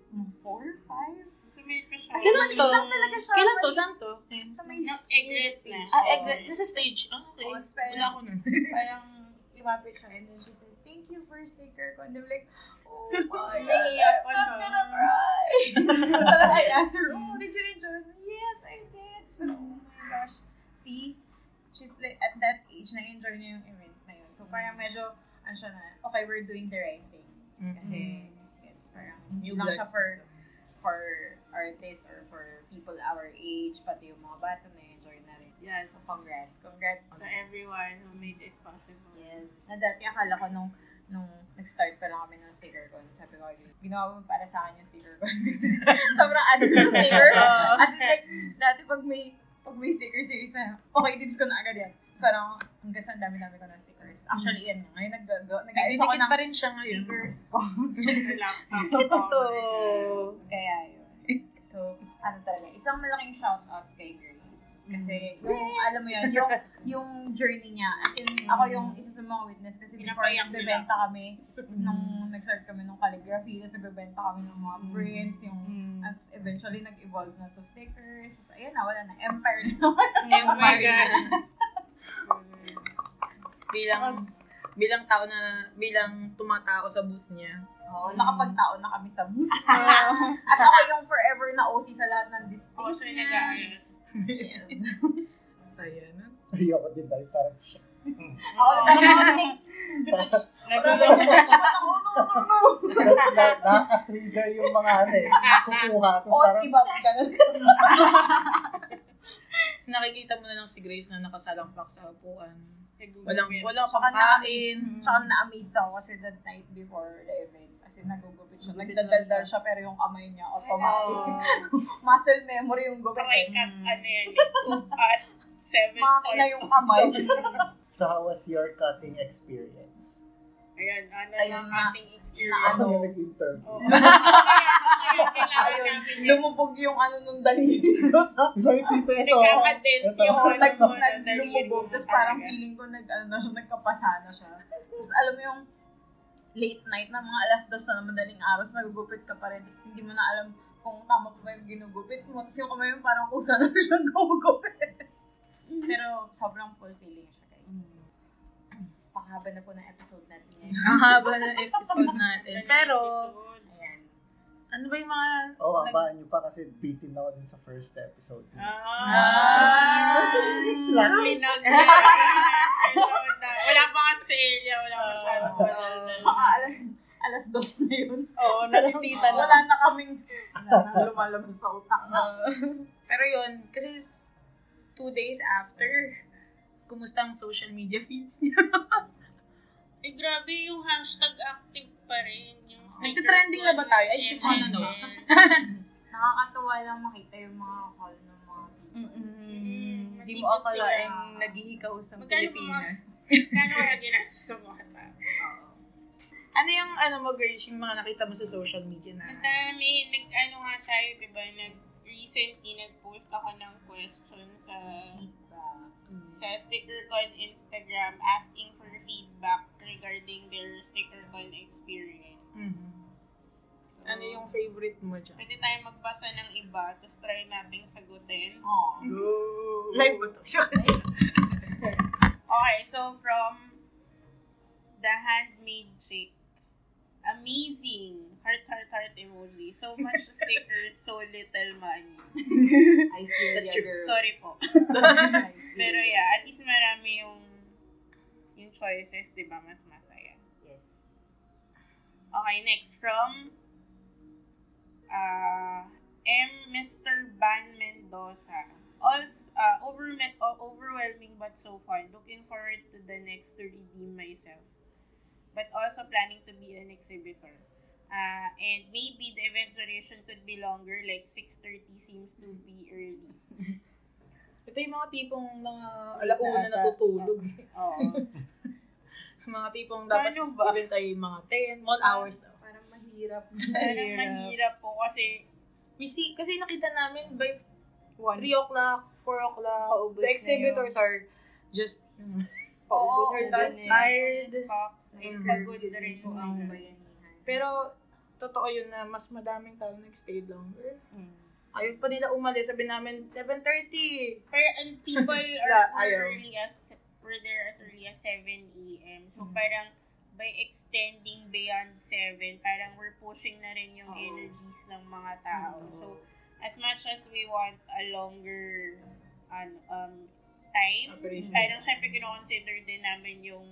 C: Mm.
E: s- four, five?
B: So, may pa siya.
A: Kailan to?
E: talaga siya.
A: Kailan to? Saan to? Ayun.
E: Sa may
B: Na- egress na.
A: Ah, egg. This is stage. Ah, okay.
E: Oh, it's
A: Wala
E: parang,
A: ko nun.
E: parang lumapit siya and then she said, thank you for sticker ko. And I'm like, oh my God,
B: Naiiyak pa
E: I'm
B: siya.
E: gonna cry. so I asked her, oh, did you enjoy it? Yes, I did. So, oh my gosh. See, she's like, at that age, na-enjoy niya yung event na yun. So parang medyo, ano siya na, okay, we're doing the right thing. Kasi, it's parang,
A: New
E: lang siya
A: blood.
E: for, for artists or for people our age, pati yung mga bata na-enjoy na rin.
B: Yes.
E: So, congrats. Congrats
B: To everyone who made it possible.
E: Yes. Na dati akala ko nung nung nag-start pa lang kami ng sticker con, sabi ko, ginawa mo para sa akin yung sticker con. Sobrang addict sa stickers.
A: Oo.
E: As in, like, dati pag may pag may sticker series pa, okay, dibs ko na agad yan. So, parang, ang gasa, ang dami-dami ko ng stickers. Actually, yan nga. Ngayon, nag- nag-ayos ako
A: Nagdidikit
E: ng
A: pa rin siya ngayon.
E: stickers ko. So,
B: Sa laptop.
E: Kaya yun. So, ano talaga, isang malaking shoutout kay Grace. Kasi, yung, alam mo yun, yung, yung journey niya. As in, ako yung isa sa mga witness kasi before
B: Pinapayak nila.
E: nagbebenta kami, nung nag-start kami ng calligraphy, tapos nagbebenta kami ng mga prints, yung
A: Mm.
E: tapos eventually nag-evolve na to stickers. Tapos ayun na, wala na. Empire na.
B: Oh my God.
A: bilang bilang tao na bilang tumatao sa booth niya
E: Oo, nakapagtaon na kami sa movie. At ako yung forever na OC sa lahat ng display.
B: Oh, siya nag-aayos.
A: Saya na.
D: Ayoko din dahil parang
E: Ako na parang ako, no,
C: Nag-
E: no, no.
D: na- na- nakaka-trigger yung mga ano eh. Kukuha. Tapos
E: OC
D: parang,
E: ba? Ganun.
A: Nakikita mo na lang si Grace na nakasalampak sa upuan.
B: Nag-Uber
A: Walang,
B: yan.
A: walang pakanain.
E: Tsaka na-amaze ako kasi the night before the event. Kasi nagugupit siya. Nagdadaldal siya pero yung kamay niya automatic.
B: Oh.
E: Muscle memory yung gupit.
A: Mm.
B: Karay ka, ano yan, eh, cook at seven
E: Makina
B: point.
E: yung kamay.
D: so how was your cutting experience?
B: Ayan, ano
E: Ayun
B: yung
E: nga.
B: ating experience.
D: Ako yung nag-interview.
B: Oo. Kaya, kaya kailangan
E: Ayun,
B: namin yung
E: lumubog yung ano nung daliri ko sa
D: So, dito ito.
B: Nagkakadent
D: Ito.
B: yung ano
E: nag,
B: mo,
E: nag,
B: daliri mo
E: lumubog. Tapos parang
B: talaga.
E: feeling ko nag, ano na siya, nagkapasa na siya. Tapos alam mo yung late night na mga alas dos na madaling araw, so nagugupit ka pa rin. Tapos hindi mo na alam kung tama pa ba yung ginugupit mo. Tapos yung kamay mo parang kusa na siya gumugupit. Pero sobrang fulfilling siya guys. Pakahaba na po ng episode natin ngayon.
A: Ang haba ng episode natin. Pero,
E: Ayan.
A: ano ba yung mga...
D: Oo, oh, habaan niyo pa kasi beaten ako din sa first episode.
B: Ah.
A: Ah.
D: 30 minutes lang.
B: Pinag- Wala pa kasi Elia, wala masyado.
E: Ah. Tsaka alas, alas dos na yun.
A: Oo, nakikita
E: Wala na kaming wala na lumalabas sa utak na.
A: pero yun, kasi s- two days after, kumusta ang social media feeds niya?
B: Eh, grabe yung hashtag active pa rin. Yung sticker
A: Nagtitrending
B: ko
A: na ba tayo? ano, I just wanna know.
B: MMM.
E: Nakakatuwa lang makita yung mga call ng mga
A: Mm.
C: Mm-mm. Di mo
B: Masipag
C: akalaing
E: sila.
C: naghihikaw sa
B: Magkano ba mga-
C: Pilipinas.
B: Kano wala ginastos sa mga tao?
A: Ano yung ano mo, Grace, yung mga nakita mo sa social media na...
B: Ang dami, nag, ano nga tayo, di ba, nag, recently nag-post ako ng question sa, sa StickerCon Instagram asking for feedback regarding their StickerCon experience.
A: Mhm.
B: So,
A: Ano yung favorite mo dyan?
B: Pwede tayo magbasa ng iba, tapos try nating sagutin.
E: Oh.
A: Go! Live ba to? Sure.
B: Okay, so from The Handmade Chick. Amazing! Heart, heart, heart emoji. So much stickers, so little money.
E: I feel
A: That's true.
E: ya, girl.
B: Sorry po.
E: I feel
B: Pero
E: ya.
B: yeah, at least marami yung yung choices, di ba? Mas masaya.
E: Yes.
B: Okay, next from uh, M. Mr. Ban Mendoza. Also, uh, overme- uh, overwhelming but so fun. Looking forward to the next to redeem myself. But also planning to be an exhibitor. Uh, and maybe the event duration could be longer, like 6.30 seems to be early.
A: Ito yung mga tipong mga alauna natutulog.
B: Oo.
A: mga tipong dapat
B: Paano ba?
A: gawin tayo yung mga 10, mall hours daw.
E: Parang mahirap.
B: Parang mahirap po kasi
A: We see, kasi nakita namin by 3 o'clock, 4 o'clock,
C: Paubos
A: the
C: na
A: exhibitors are just mm,
B: Oo,
C: Paubos
B: or
C: na
B: tas
C: din eh.
A: tired.
B: Fox, eh,
A: Mm.
B: pagod na rin po ang
E: bayanihan.
A: Pero, totoo yun na mas madaming tao nag-stay longer.
C: Mm.
A: Ayaw pa nila umalis. Sabi namin, 7.30.
B: Pero, and people
A: La,
B: are
A: ayaw.
B: early as, were there as early as 7 a.m. So, parang, by extending beyond 7, parang we're pushing na rin yung energies ng mga tao. So, as much as we want a longer ano, um, time,
A: Operation.
B: parang syempre kinoconsider din namin yung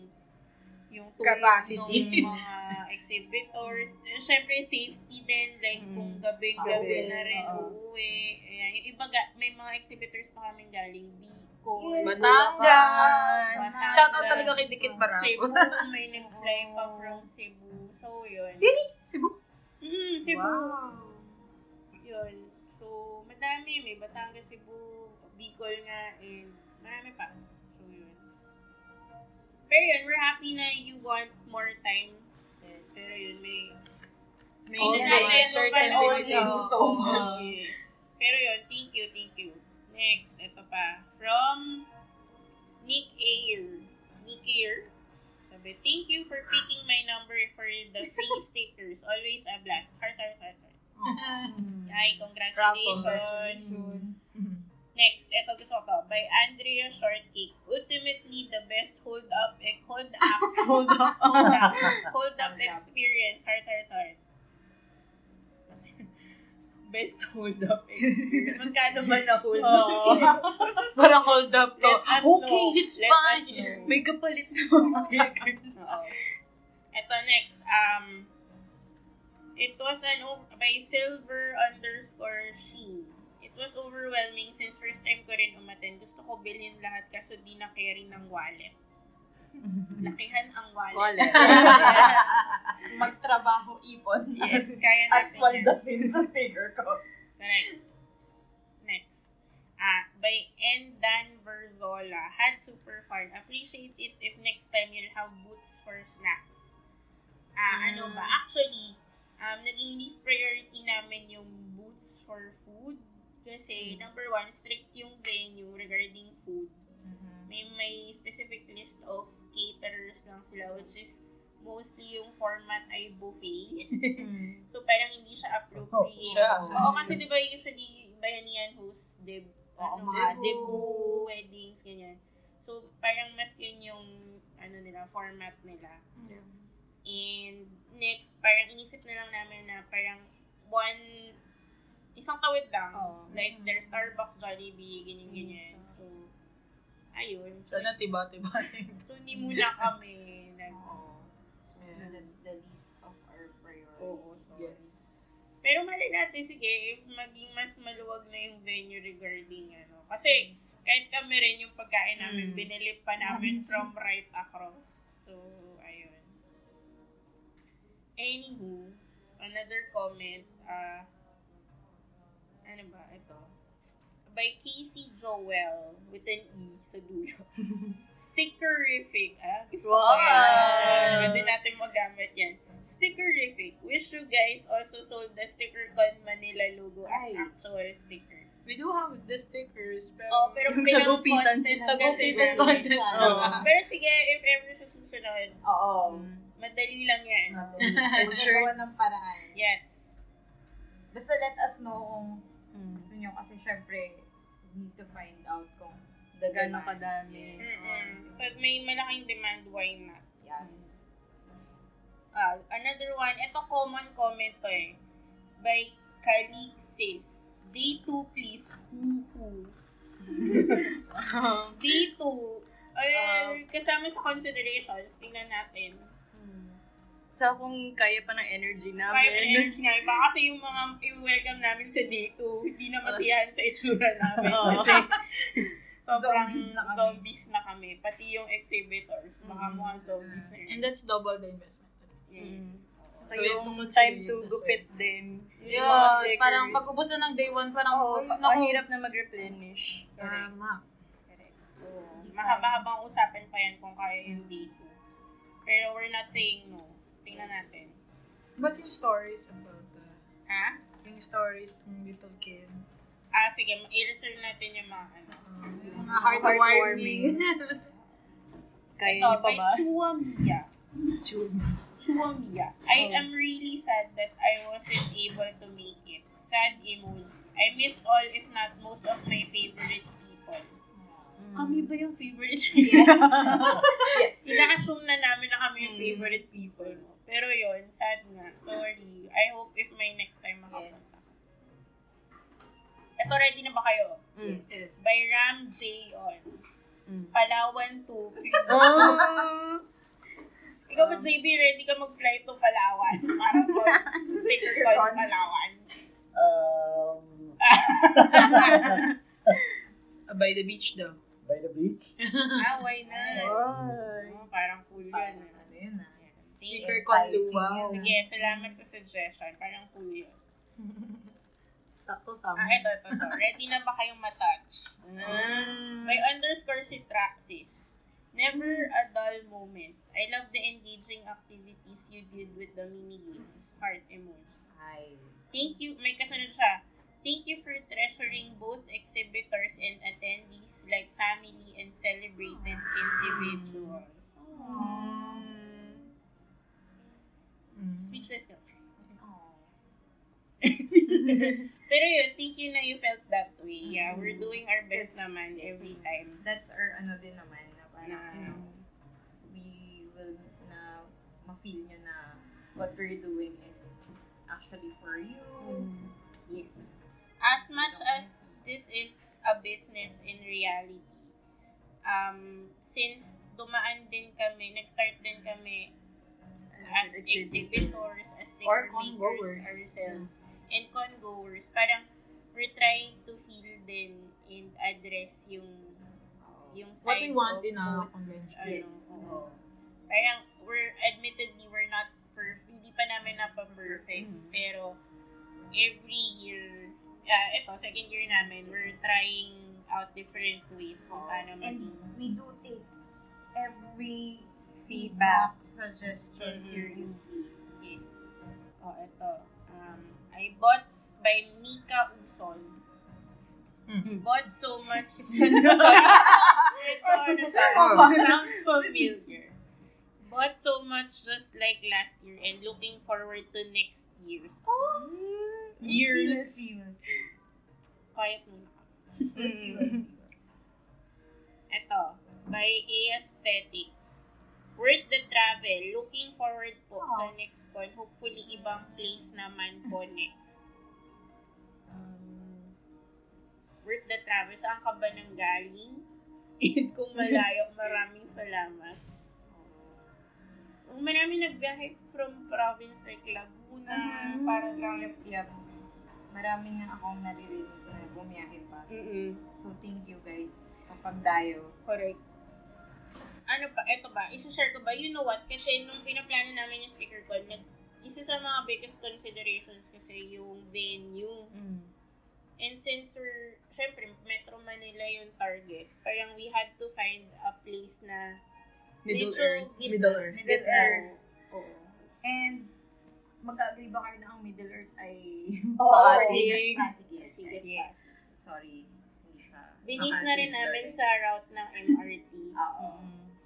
B: yung tulog
A: Capacity.
B: ng mga exhibitors. Siyempre, safety din. Like, kung gabi-gabi
C: Gabi,
B: na rin
C: oo.
B: uuwi. Ayan. Yung iba, ga- may mga exhibitors pa kaming galing Bicol.
A: Batangas!
B: Batangas.
A: Shoutout talaga kay Dikit Barako.
B: Cebu, may nag-fly pa from Cebu. So, yun.
A: Cebu?
B: Mm, Cebu. Yun. So, madami. May Batangas, Cebu, Bicol nga, and marami pa. So, yun. Pero yun, we're happy na you want more time. Pero yun, may... May
C: Only
B: nanayan mo
A: certain
B: pa-
A: limit
B: only.
A: lang. So
B: Oo.
A: much.
B: Oh, Yes. Pero yun, thank you, thank you. Next, ito pa. From Nick Ayer. Nick Ayer? Sabi, thank you for picking my number for the free stickers. Always a blast. Heart, heart, heart, heart. Hi, congratulations.
A: Mhm.
B: Next, eto gusto ko to. By Andrea Shortcake. Ultimately, the best hold up, eh, hold up, hold up, hold up, hold up experience. Heart, heart, heart. Best hold up experience. Magkano ba na hold up?
A: Oo. Parang hold up to.
B: Let us
A: Okay,
B: know.
A: it's
B: Let us
A: fine.
B: know.
C: May kapalit na mga stickers.
B: Oo. Ito next, um, it was an o- by silver underscore she. It was overwhelming since first time ko rin umaten. Gusto ko bilhin lahat kaso di na carry ng wallet. Lakihan ang wallet.
C: Wallet.
F: Magtrabaho, ipon.
B: yes, kaya
F: At
B: natin yan.
F: paldasin sa sticker ko.
B: Correct. Next. Ah, by N. Dan Verzola. Had super fun. Appreciate it if next time you'll have boots for snacks. Ah, ano ba? Actually, um, naging least priority namin yung boots for food. Kasi, number one, strict yung venue regarding food. May may specific list of caterers lang sila, which is mostly yung format ay buffet.
F: Hmm.
B: so, parang hindi siya appropriate.
F: Oh, yeah.
B: Oo, kasi di ba usually bayanihan host, deb,
F: Oo,
B: ano,
F: mga
B: mga debut, weddings, ganyan. So, parang mas yun yung, ano nila, format nila. And next, parang inisip na lang namin na parang one, isang tawid lang.
C: Oo.
B: Like, there's Starbucks, Jollibee, ganyan-ganyan. So, ayun. So,
A: Sana tiba-tiba.
B: so hindi muna kami nag...
A: Ayan.
E: That's the least of our priority.
B: Oo, so.
A: Yes.
B: Pero mali natin, sige, if maging mas maluwag na yung venue regarding ano. Kasi, kahit kami rin yung pagkain namin,
C: Mm.
B: binili pa namin from right across. So, ayun. Anywho, another comment, ah, ano ba, ito. S- By Casey Joel, with an E sa dulo. Stickerific, ah. Gusto ko
C: Wow!
B: yan. Pwede natin magamit yan. Stickerific. Wish you guys also sold the sticker con Manila logo
A: Ay.
B: as actual stickers.
A: We do have the stickers, pero,
B: Oh, pero
C: Yung
B: pinang
C: sagupitan.
B: contest
A: sagupitan
B: kasi-
A: contest na
C: Oo.
A: nga.
B: Pero sige, if ever sa susunod,
E: Oo.
C: Mm-hmm. Mm.
B: madali lang yan.
E: Magawa ng paraan.
B: Yes.
E: Basta let us know kung gusto nyo kasi syempre need to find out kung the
C: Gano'ng
E: demand.
C: kadami.
B: Mm-mm. Pag may malaking demand, why not?
E: Yes.
B: Ah, another one, ito common comment to eh. By Calixis. Day 2, please. Hoo-hoo. Oh. Day 2.
C: Ah.
B: Ay, kasama sa considerations, tingnan natin.
C: So, kung kaya pa ng energy
B: Kaya pa
C: namin.
B: energy nga. Baka kasi yung mga i-welcome namin sa day 2, hindi na masiyahan sa itsura namin.
C: Oo.
B: Kasi sobrang
E: Zombies
B: zombies na,
E: na
B: kami.
E: kami.
B: Pati yung exhibitors, mga
C: Mm.
B: mga zombies na
A: And
B: yun.
A: that's double the investment.
B: Yes.
C: Mm.
A: So,
C: So,
A: we have
C: yung
A: to
C: time
A: continue
C: to
A: this
C: gupit
A: way.
C: din. Yung mga
A: Yes,
C: stickers.
A: parang pag ubos na ng day one, parang,
C: Oo,
A: oh,
C: pa- mahirap na mag-replenish.
A: eh.
B: Correct.
A: Tama.
B: Correct. So, mahaba-habang usapan pa yan kung kaya yung day 2. Pero we're not saying no. Tingnan natin.
A: But yung stories about the,
B: Ha?
A: yung stories ng Little Kim,
B: Ah, sige. I-reserve natin yung mga ano.
A: um, yung
C: Yung
A: mga heartwarming.
C: Kaya
B: Ito,
C: niyo pa
B: by
C: ba?
B: Chua Mia.
A: Tune.
B: Chua Mia. I
C: Oh.
B: am really sad that I wasn't able to make it. Sad emoji. I missed all, if not most, of my favorite people.
C: Mm.
B: Kami ba yung favorite people? yes. Ina-assume na namin na kami yung
C: Mm.
B: favorite people. Pero yun, sad nga. Sorry. I hope if may next time makapunta. Eto, ready na ba kayo?
C: Mm.
A: Yes.
B: By Ram J. On.
C: Mm.
B: Palawan to.
C: Ah.
A: Oh!
B: Ikaw ba, JB, ready ka mag-fly to Palawan? Para po, sticker ko yung Palawan.
D: Um,
A: By the beach daw.
D: by the beach?
B: ah, why not? Oh, parang cool
E: Parang
B: yun. ah.
E: ano yun ah.
A: Sticker con luwa.
B: Sige, salamat sa suggestion. Parang cool yun.
F: Sakto
B: Ah,
F: sama.
B: ito, ito, ito. Ready na ba kayong matouch?
A: Ah.
B: May underscore si Traxis. Never a dull moment. I love the engaging activities you did with the mini games. Heart emoji.
E: Ay.
B: Thank you. May kasunod siya. Thank you for treasuring both exhibitors and attendees like family and celebrated individuals. Speechless ka.
A: Mm.
E: Oh.
B: Speechless Pero yun, thank you na you felt that way. Yeah, we're doing our best
E: Mm-hmm. Yes.
B: naman every time.
E: That's our ano din naman na parang
B: Na-
E: you know, we will na ma-feel nyo na what we're doing is actually for you.
B: Mm.
E: Yes.
B: As much as this is a business in reality, um, since dumaan din kami, nag-start din kami as exhibitors, as
E: Or
B: theater
E: congoers.
B: makers ourselves, and congoers, parang we're trying to heal din and address yung yung
A: What we
B: sides
A: want
B: of
A: in a
B: both,
A: convention.
B: ano,
E: oh. Yes. Oh.
B: oo. Parang, we're, admittedly, we're not perfect. Hindi pa namin napa-perfect. Pero, every year, ah, ito, second year namin, we're trying out different ways kung paano
E: And
B: maging
E: we do take every feedback,
B: Mhm.
E: suggestions seriously.
B: Yes. Oh, ito. Um, I bought by Mika Usol.
A: Mhm.
B: Bought so much. Medyo ano siya.
E: Oh.
B: Sounds familiar. Bought so much just like last year and looking forward to next year's. Oh,
A: Years.
B: Quiet muna. ako.
A: Mm-hmm.
B: Ito. By Aesthetics. Worth the travel. Looking forward po sa next con. Hopefully, ibang place naman po next. Um, worth the travel. Saan ka ba nang galing? And kung malayo, maraming salamat. Um, marami nagbiyahe from province like Laguna, parang lang.
E: Yep, yep. Mm-hmm. Marami nga akong naririnig na bumiyahe pa.
B: Mm-mm.
E: So, thank you guys sa pagdayo.
B: Correct. Ano pa, eto ba, isa-share ko ba? You know what? Kasi nung pinaplano namin yung speaker ko, nag, isa sa mga biggest considerations kasi yung venue.
A: Mm-hmm.
B: And since we're, syempre, Metro Manila yung target, parang we had to find a place na
C: Middle
B: medyo
C: Earth.
B: gitna.
A: Middle Earth.
E: Middle
B: Gitna.
E: Earth.
B: Oo.
E: And, magka-agree ba kayo na ang Middle Earth ay
B: Oo,
E: Pasig?
B: Pasig.
E: Pasig.
B: Sige,
E: Yes.
B: pass.
E: Sorry. Hindi siya.
B: Binis na rin
E: Makasig
B: namin
E: Earth.
B: sa route ng MRT.
E: Oo.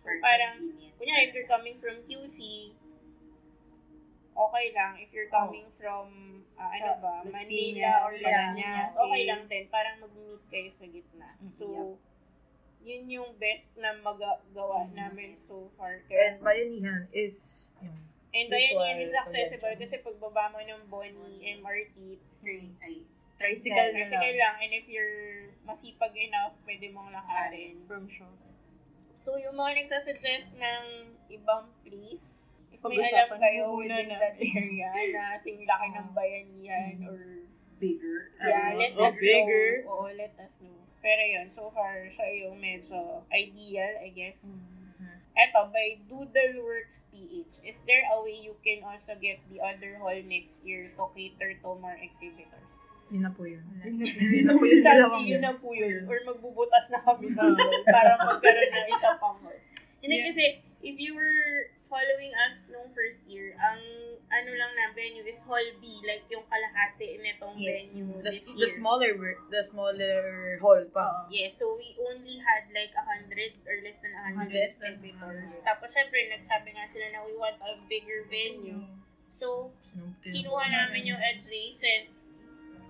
E: For
B: Parang,
E: convenience.
B: Kunyari, if you're coming from QC, okay lang. If you're coming from, ah,
C: Sa
B: ano ba,
C: Las
B: Manila or Las
C: Piñas,
E: Paranaque.
B: Piñas, okay lang din. Parang mag-meet kayo sa gitna.
C: Mhm.
B: So, yun yung best na magagawa namin so far.
A: And
B: Kaya,
A: Bayanihan is yung
B: and Bayanihan
A: visual
B: is accessible
A: convention.
B: kasi pagbaba mo ng Boni MRT,
E: Train ay
C: Tricycle na
B: kasi
C: lang.
B: lang. And if you're masipag enough, pwede mong lakarin.
C: From show.
B: So, yung mga nagsasuggest ng ibang place, if may
C: Pag-usapan
B: alam kayo
C: muna
B: within
C: na.
B: that area na singlaki ng bayanihan or
E: bigger. Ano?
B: yeah,
C: Ah,
B: let
C: oh,
B: us
C: bigger.
B: know. Oo, let us know. Pero yun, so far, siya yung medyo ideal, I guess.
C: Hmm.
E: Mm-hmm.
B: Eto, by Doodle Works PH, is there a way you can also get the other hall next year to cater to more exhibitors?
A: yun na po yun. Yun na po yun.
B: Sabi,
A: Dalawang
B: yun
A: yun.
B: na po yun. Or magbubutas na kami ng hall para magkaroon ng isa pang hall. Hindi
C: Yeah.
B: kasi, if you were following us nung first year, ang ano lang na venue is Hall B, like yung kalahati nitong
E: Yes.
B: venue
C: The,
B: this
C: the
B: year.
C: smaller wor- the smaller hall pa.
B: Yes, so we only had like 100 or less than 100
C: Less than
B: exhibitors. Tapos syempre, nagsabi nga sila na we want a bigger venue. So,
A: Yung tin-
B: kinuha namin yung adjacent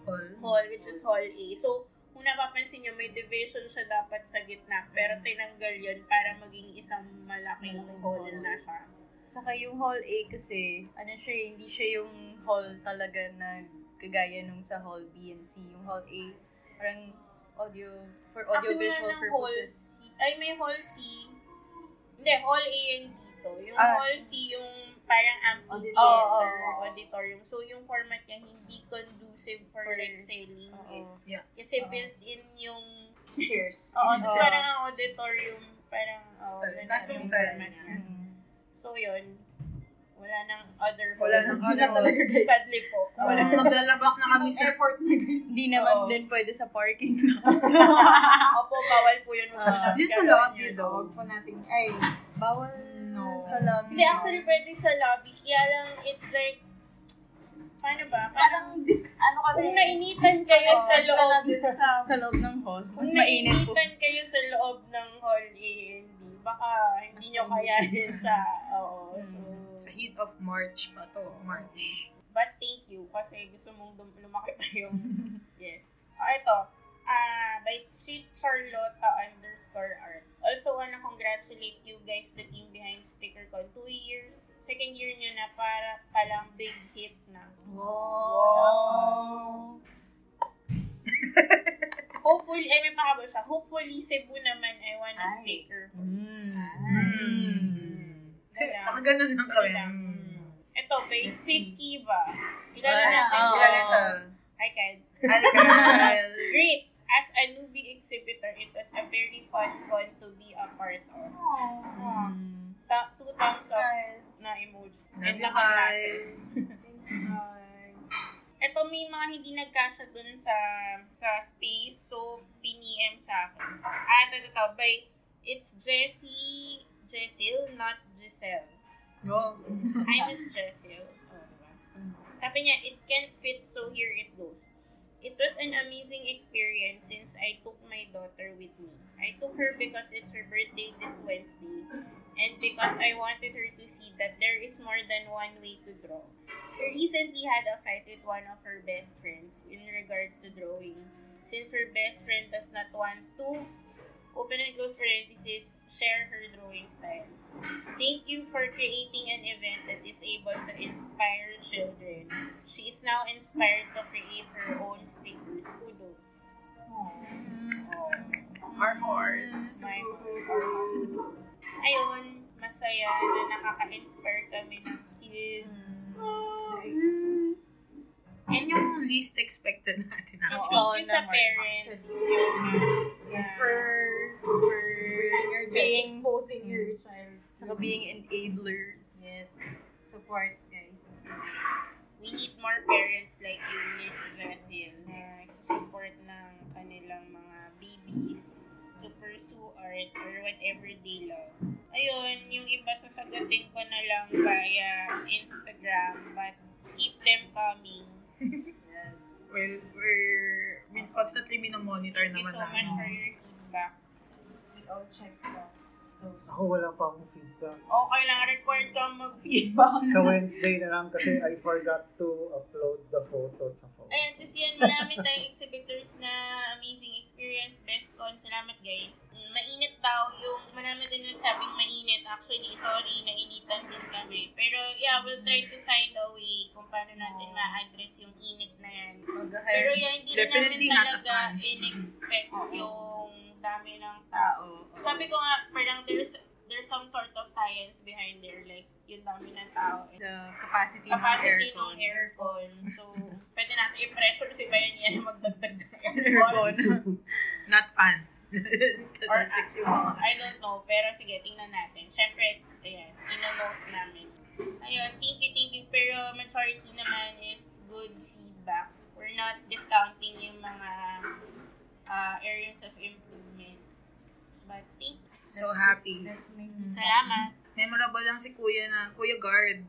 A: All.
B: hall, which is hall A. So, kung napapansin nyo, may division siya dapat sa gitna,
C: Mm.
B: pero tinanggal yun para maging isang malaking hall na siya.
C: Saka yung hall A kasi, ano siya, eh, hindi siya yung hall talaga na kagaya nung sa hall B and C. Yung hall A, parang audio, for audiovisual
B: wala ng
C: purposes.
B: Hall C. Ay, may hall C. Hindi, hall A and B to. Yung
C: Ah.
B: hall C, yung parang amphitheater,
C: Oh, oh, oh.
B: auditorium. So, yung format niya hindi conducive for,
C: For-
B: like selling.
C: Oo.
B: is-
A: Yeah.
B: Kasi
C: Oo.
B: built-in yung...
E: Cheers.
B: Oo, so
C: Oo.
B: parang ang auditorium, parang... Oh,
A: Style.
B: ganun
A: Classroom
B: yung
A: style.
B: format niya.
C: Mm.
B: So, yun. Wala nang other
A: Wala nang
B: hall.
A: other hall.
B: Sadly po.
A: Oh, Wala. Maglalabas na kami sa
E: Airport na guys.
C: Hindi
B: Oo.
C: naman din pwede sa parking.
B: Opo, bawal po yun. Huwag
C: Ah.
B: mo
A: Yun sa
B: gagawin
A: lobby
B: yun.
A: daw.
E: Huwag po natin. Ay,
C: Bawal
E: No.
C: sa
B: Hindi,
C: lobby.
B: actually pwede sa lobby. Kaya lang, it's like, paano ba? Parang,
E: parang dis, ano ka
B: kung nainitan kayo sa loob,
C: ah, Sa loob ng hall. Mas
B: kung
C: mainit po.
B: nainitan kayo sa loob ng hall A and B, baka hindi nyo kayanin sa, oo.
C: Mm.
A: sa
B: So,
A: heat of March pa to. March.
B: But thank you kasi gusto mong dum- lumaki pa yung yes. O ito, ah by Cheat Charlotta underscore art. Also, wanna congratulate you guys, the team behind StickerCon. Two year, second year nyo na para palang big hit na. Wow! Hopefully, ay eh, may pakabal siya. Hopefully, Cebu naman, I wanna
F: Ay.
B: sticker.
C: Hmm.
A: Mm.
B: Dala.
A: Baka ganun lang kami.
B: Ito, by Sid Kiva. Kilala
F: Wow.
B: natin.
F: Oo.
A: Kilala ito.
B: I can.
A: Ay, Kyle.
B: Great! As a newbie exhibitor, it was a very fun con to be a part of. Aww. Ta- two thumbs up na emoji.
A: Love you,
B: lakas
A: Kyle.
B: natin. Ito may mga hindi nagkasya dun sa sa space, so piniem sa akin. Ah, ito, ito, ito. By, it's Jessie, Jessil, not Giselle.
A: Wow.
B: I miss Jessil. Oh, diba? Sabi niya, it can't fit, so here it goes. It was an amazing experience since I took my daughter with me. I took her because it's her birthday this Wednesday and because I wanted her to see that there is more than one way to draw. She recently had a fight with one of her best friends in regards to drawing since her best friend does not want to open and close parentheses share her drawing style. Thank you for creating an event that is able to inspire children. She is now inspired to create her own stickers. Kudos.
A: Hmm.
E: Our hearts.
B: My Ayun, masaya na nakaka-inspire kami ng kids.
C: Hmm.
A: Yan yung least expected natin.
B: And
A: actually.
B: thank you sa
C: naman,
B: parents.
E: actually. It's for, for bringing your child,
C: Being-
E: exposing your child.
C: Saka being enablers.
E: Yes. Support, guys.
B: We need more parents like you, Miss Jessil, na support ng kanilang mga babies to pursue art or whatever they love. Ayun, yung iba sasagutin ko na lang via Instagram, but keep them coming.
A: Well, we're we constantly minomonitor
B: Thank you
A: naman ano.
B: so much
A: namin.
B: for your feedback.
E: We all check out those.
D: Ako wala pa akong feedback.
B: Okay lang, record ka mag-feedback.
D: Sa Wednesday na lang kasi I forgot to upload the photo sa phone.
B: Ayan, tapos yan, marami tayong exhibitors na amazing experience, best con. Salamat, guys. Mm, Mainit daw yung, marami din nagsabing mainit. Actually, sorry, nainitan din kami. Pero, yeah, we'll try to find a way kung paano natin ma-address yung init na yan. Pero, yeah, hindi rin namin
A: Definitely not a
B: talaga
A: fan.
B: in-expect yung dami ng tao. Sabi ko nga, parang there's there's some sort of science behind there. Like, yung dami ng tao. is-
C: The capacity,
B: capacity
C: ng
B: ng
C: aircon.
B: aircon. So, pwede natin i-pressure si Bayan yan magdagdag ng aircon.
C: Aircon.
A: Not fun. Or
B: Or, uh, I don't know. Pero sige, tingnan natin. Siyempre, ayan, ino-note namin. Ayun, thank you, thank you. Pero majority naman is good feedback. We're not discounting yung mga uh, areas of improvement. But thank you.
A: So happy.
B: Mm. Salamat.
A: Memorable lang si Kuya na, Kuya Guard.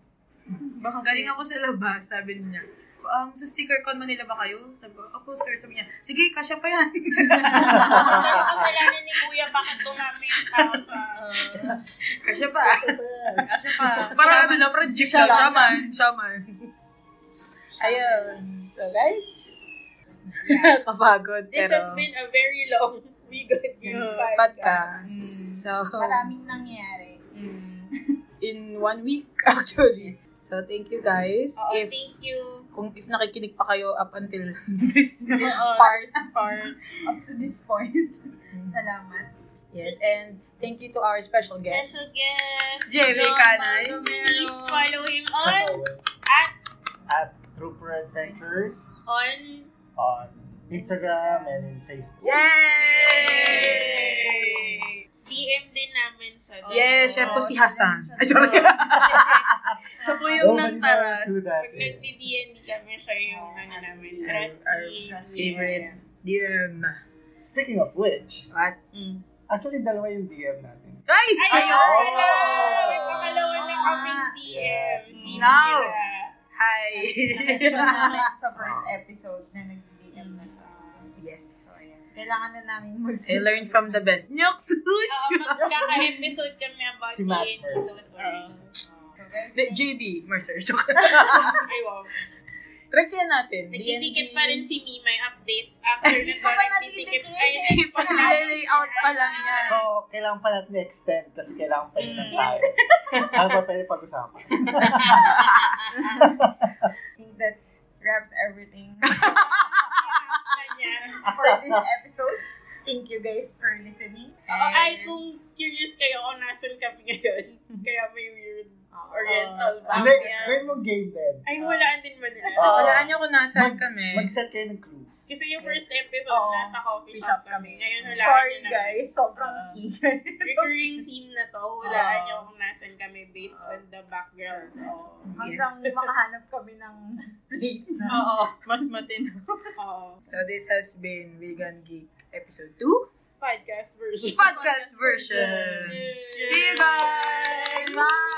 A: Galing ako sa labas, sabi niya. Um, sa sticker con Manila ba kayo? Sabi ko, opo sir. Sabi niya, sige, kasya pa yan.
B: Ang dami kasalanan ni Kuya bakit dumami yung tao sa...
A: kasya pa. kasya pa. Parang ano na, parang jeep lang. Shaman, shaman. Ayun. So guys, kapagod.
B: This
A: pero ah,
B: has been a very long We Got Good podcast.
A: podcast. Mm. So,
E: Maraming nangyari.
A: in one week actually. So thank you guys.
B: Oo,
A: if
B: thank you.
A: kung if nakikinig pa kayo up until this part. Mm.
E: Part. Up to this point. Salamat.
A: Yes, and thank you to our special guest,
B: Special guest.
A: JV
B: John
A: Kanay.
B: Baldomero. Please follow him on
D: At, at Trooper Adventures
B: on
D: on Instagram and in Facebook.
A: Yay!
B: DM din namin siya.
A: Yes, siya po si Hasan. Ay, sorry.
C: Siya po
D: Oh,
C: yung
D: Manila
C: nagtaras.
D: Zoo, that
B: Pag
D: is.
B: nag-DD kami siya yung ano namin.
A: Our- our
B: Trustee.
A: favorite. DM.
D: Speaking of which,
A: What?
D: actually dalawa yung DM natin.
A: Ay!
B: Ayun
A: Ayun!
B: pala! May pangalawa na kaming DM. Si
A: Now.
B: Mira.
A: Hi!
E: Na-mention namin sa first episode na nag-DM na to.
A: yes.
E: Kailangan na namin mag
A: I learned from the best. Nyoksuy!
B: Oo, magkaka-episode kami about
D: Si Matt
B: DND.
D: first.
B: Don't worry.
A: JB, Mercer. Joke.
B: Ay, wow.
C: Try kaya natin.
B: Nagtitikit
C: D&D.
B: pa rin si Mimay update after na
G: pa
B: to. Nagtitikit.
G: natitikit.
B: Ay,
C: Nilalayout pa lang
B: Ah.
C: yan.
D: So, kailangan pa natin extend kasi kailangan pa yun ng tayo. Ang pa pwede pag-usapan.
C: I think that wraps everything
B: Kanya.
C: for this episode. Thank you guys for listening.
B: Oo,
C: And-
B: ay, kung curious kayo kung nasan kami ngayon, kaya may weird oriental
D: Hindi,
B: vibe.
D: gawin mo game din.
B: Ay, walaan din ba nila?
D: Oo.
H: Walaan niya kung nasaan
A: Mm.
D: Mag-
H: kami.
D: Mag-set kayo ng clues.
B: Kasi yung first episode,
C: Oo.
B: nasa coffee
C: Coffee
B: shop
C: shop
B: kami. Ngayon, hulaan
C: Sorry
B: nyo na.
C: guys, sobrang
I: Ah.
C: eager.
B: Recurring theme na to, hulaan
C: Oo.
B: nyo kung nasan kami based on the background. Oo.
C: Hanggang makahanap kami ng place na
B: Oo.
I: Mas matino.
B: Oo.
A: So this has been Vegan Geek episode 2
B: Podcast version.
A: podcast version.
B: Yay.
A: See you guys. Bye.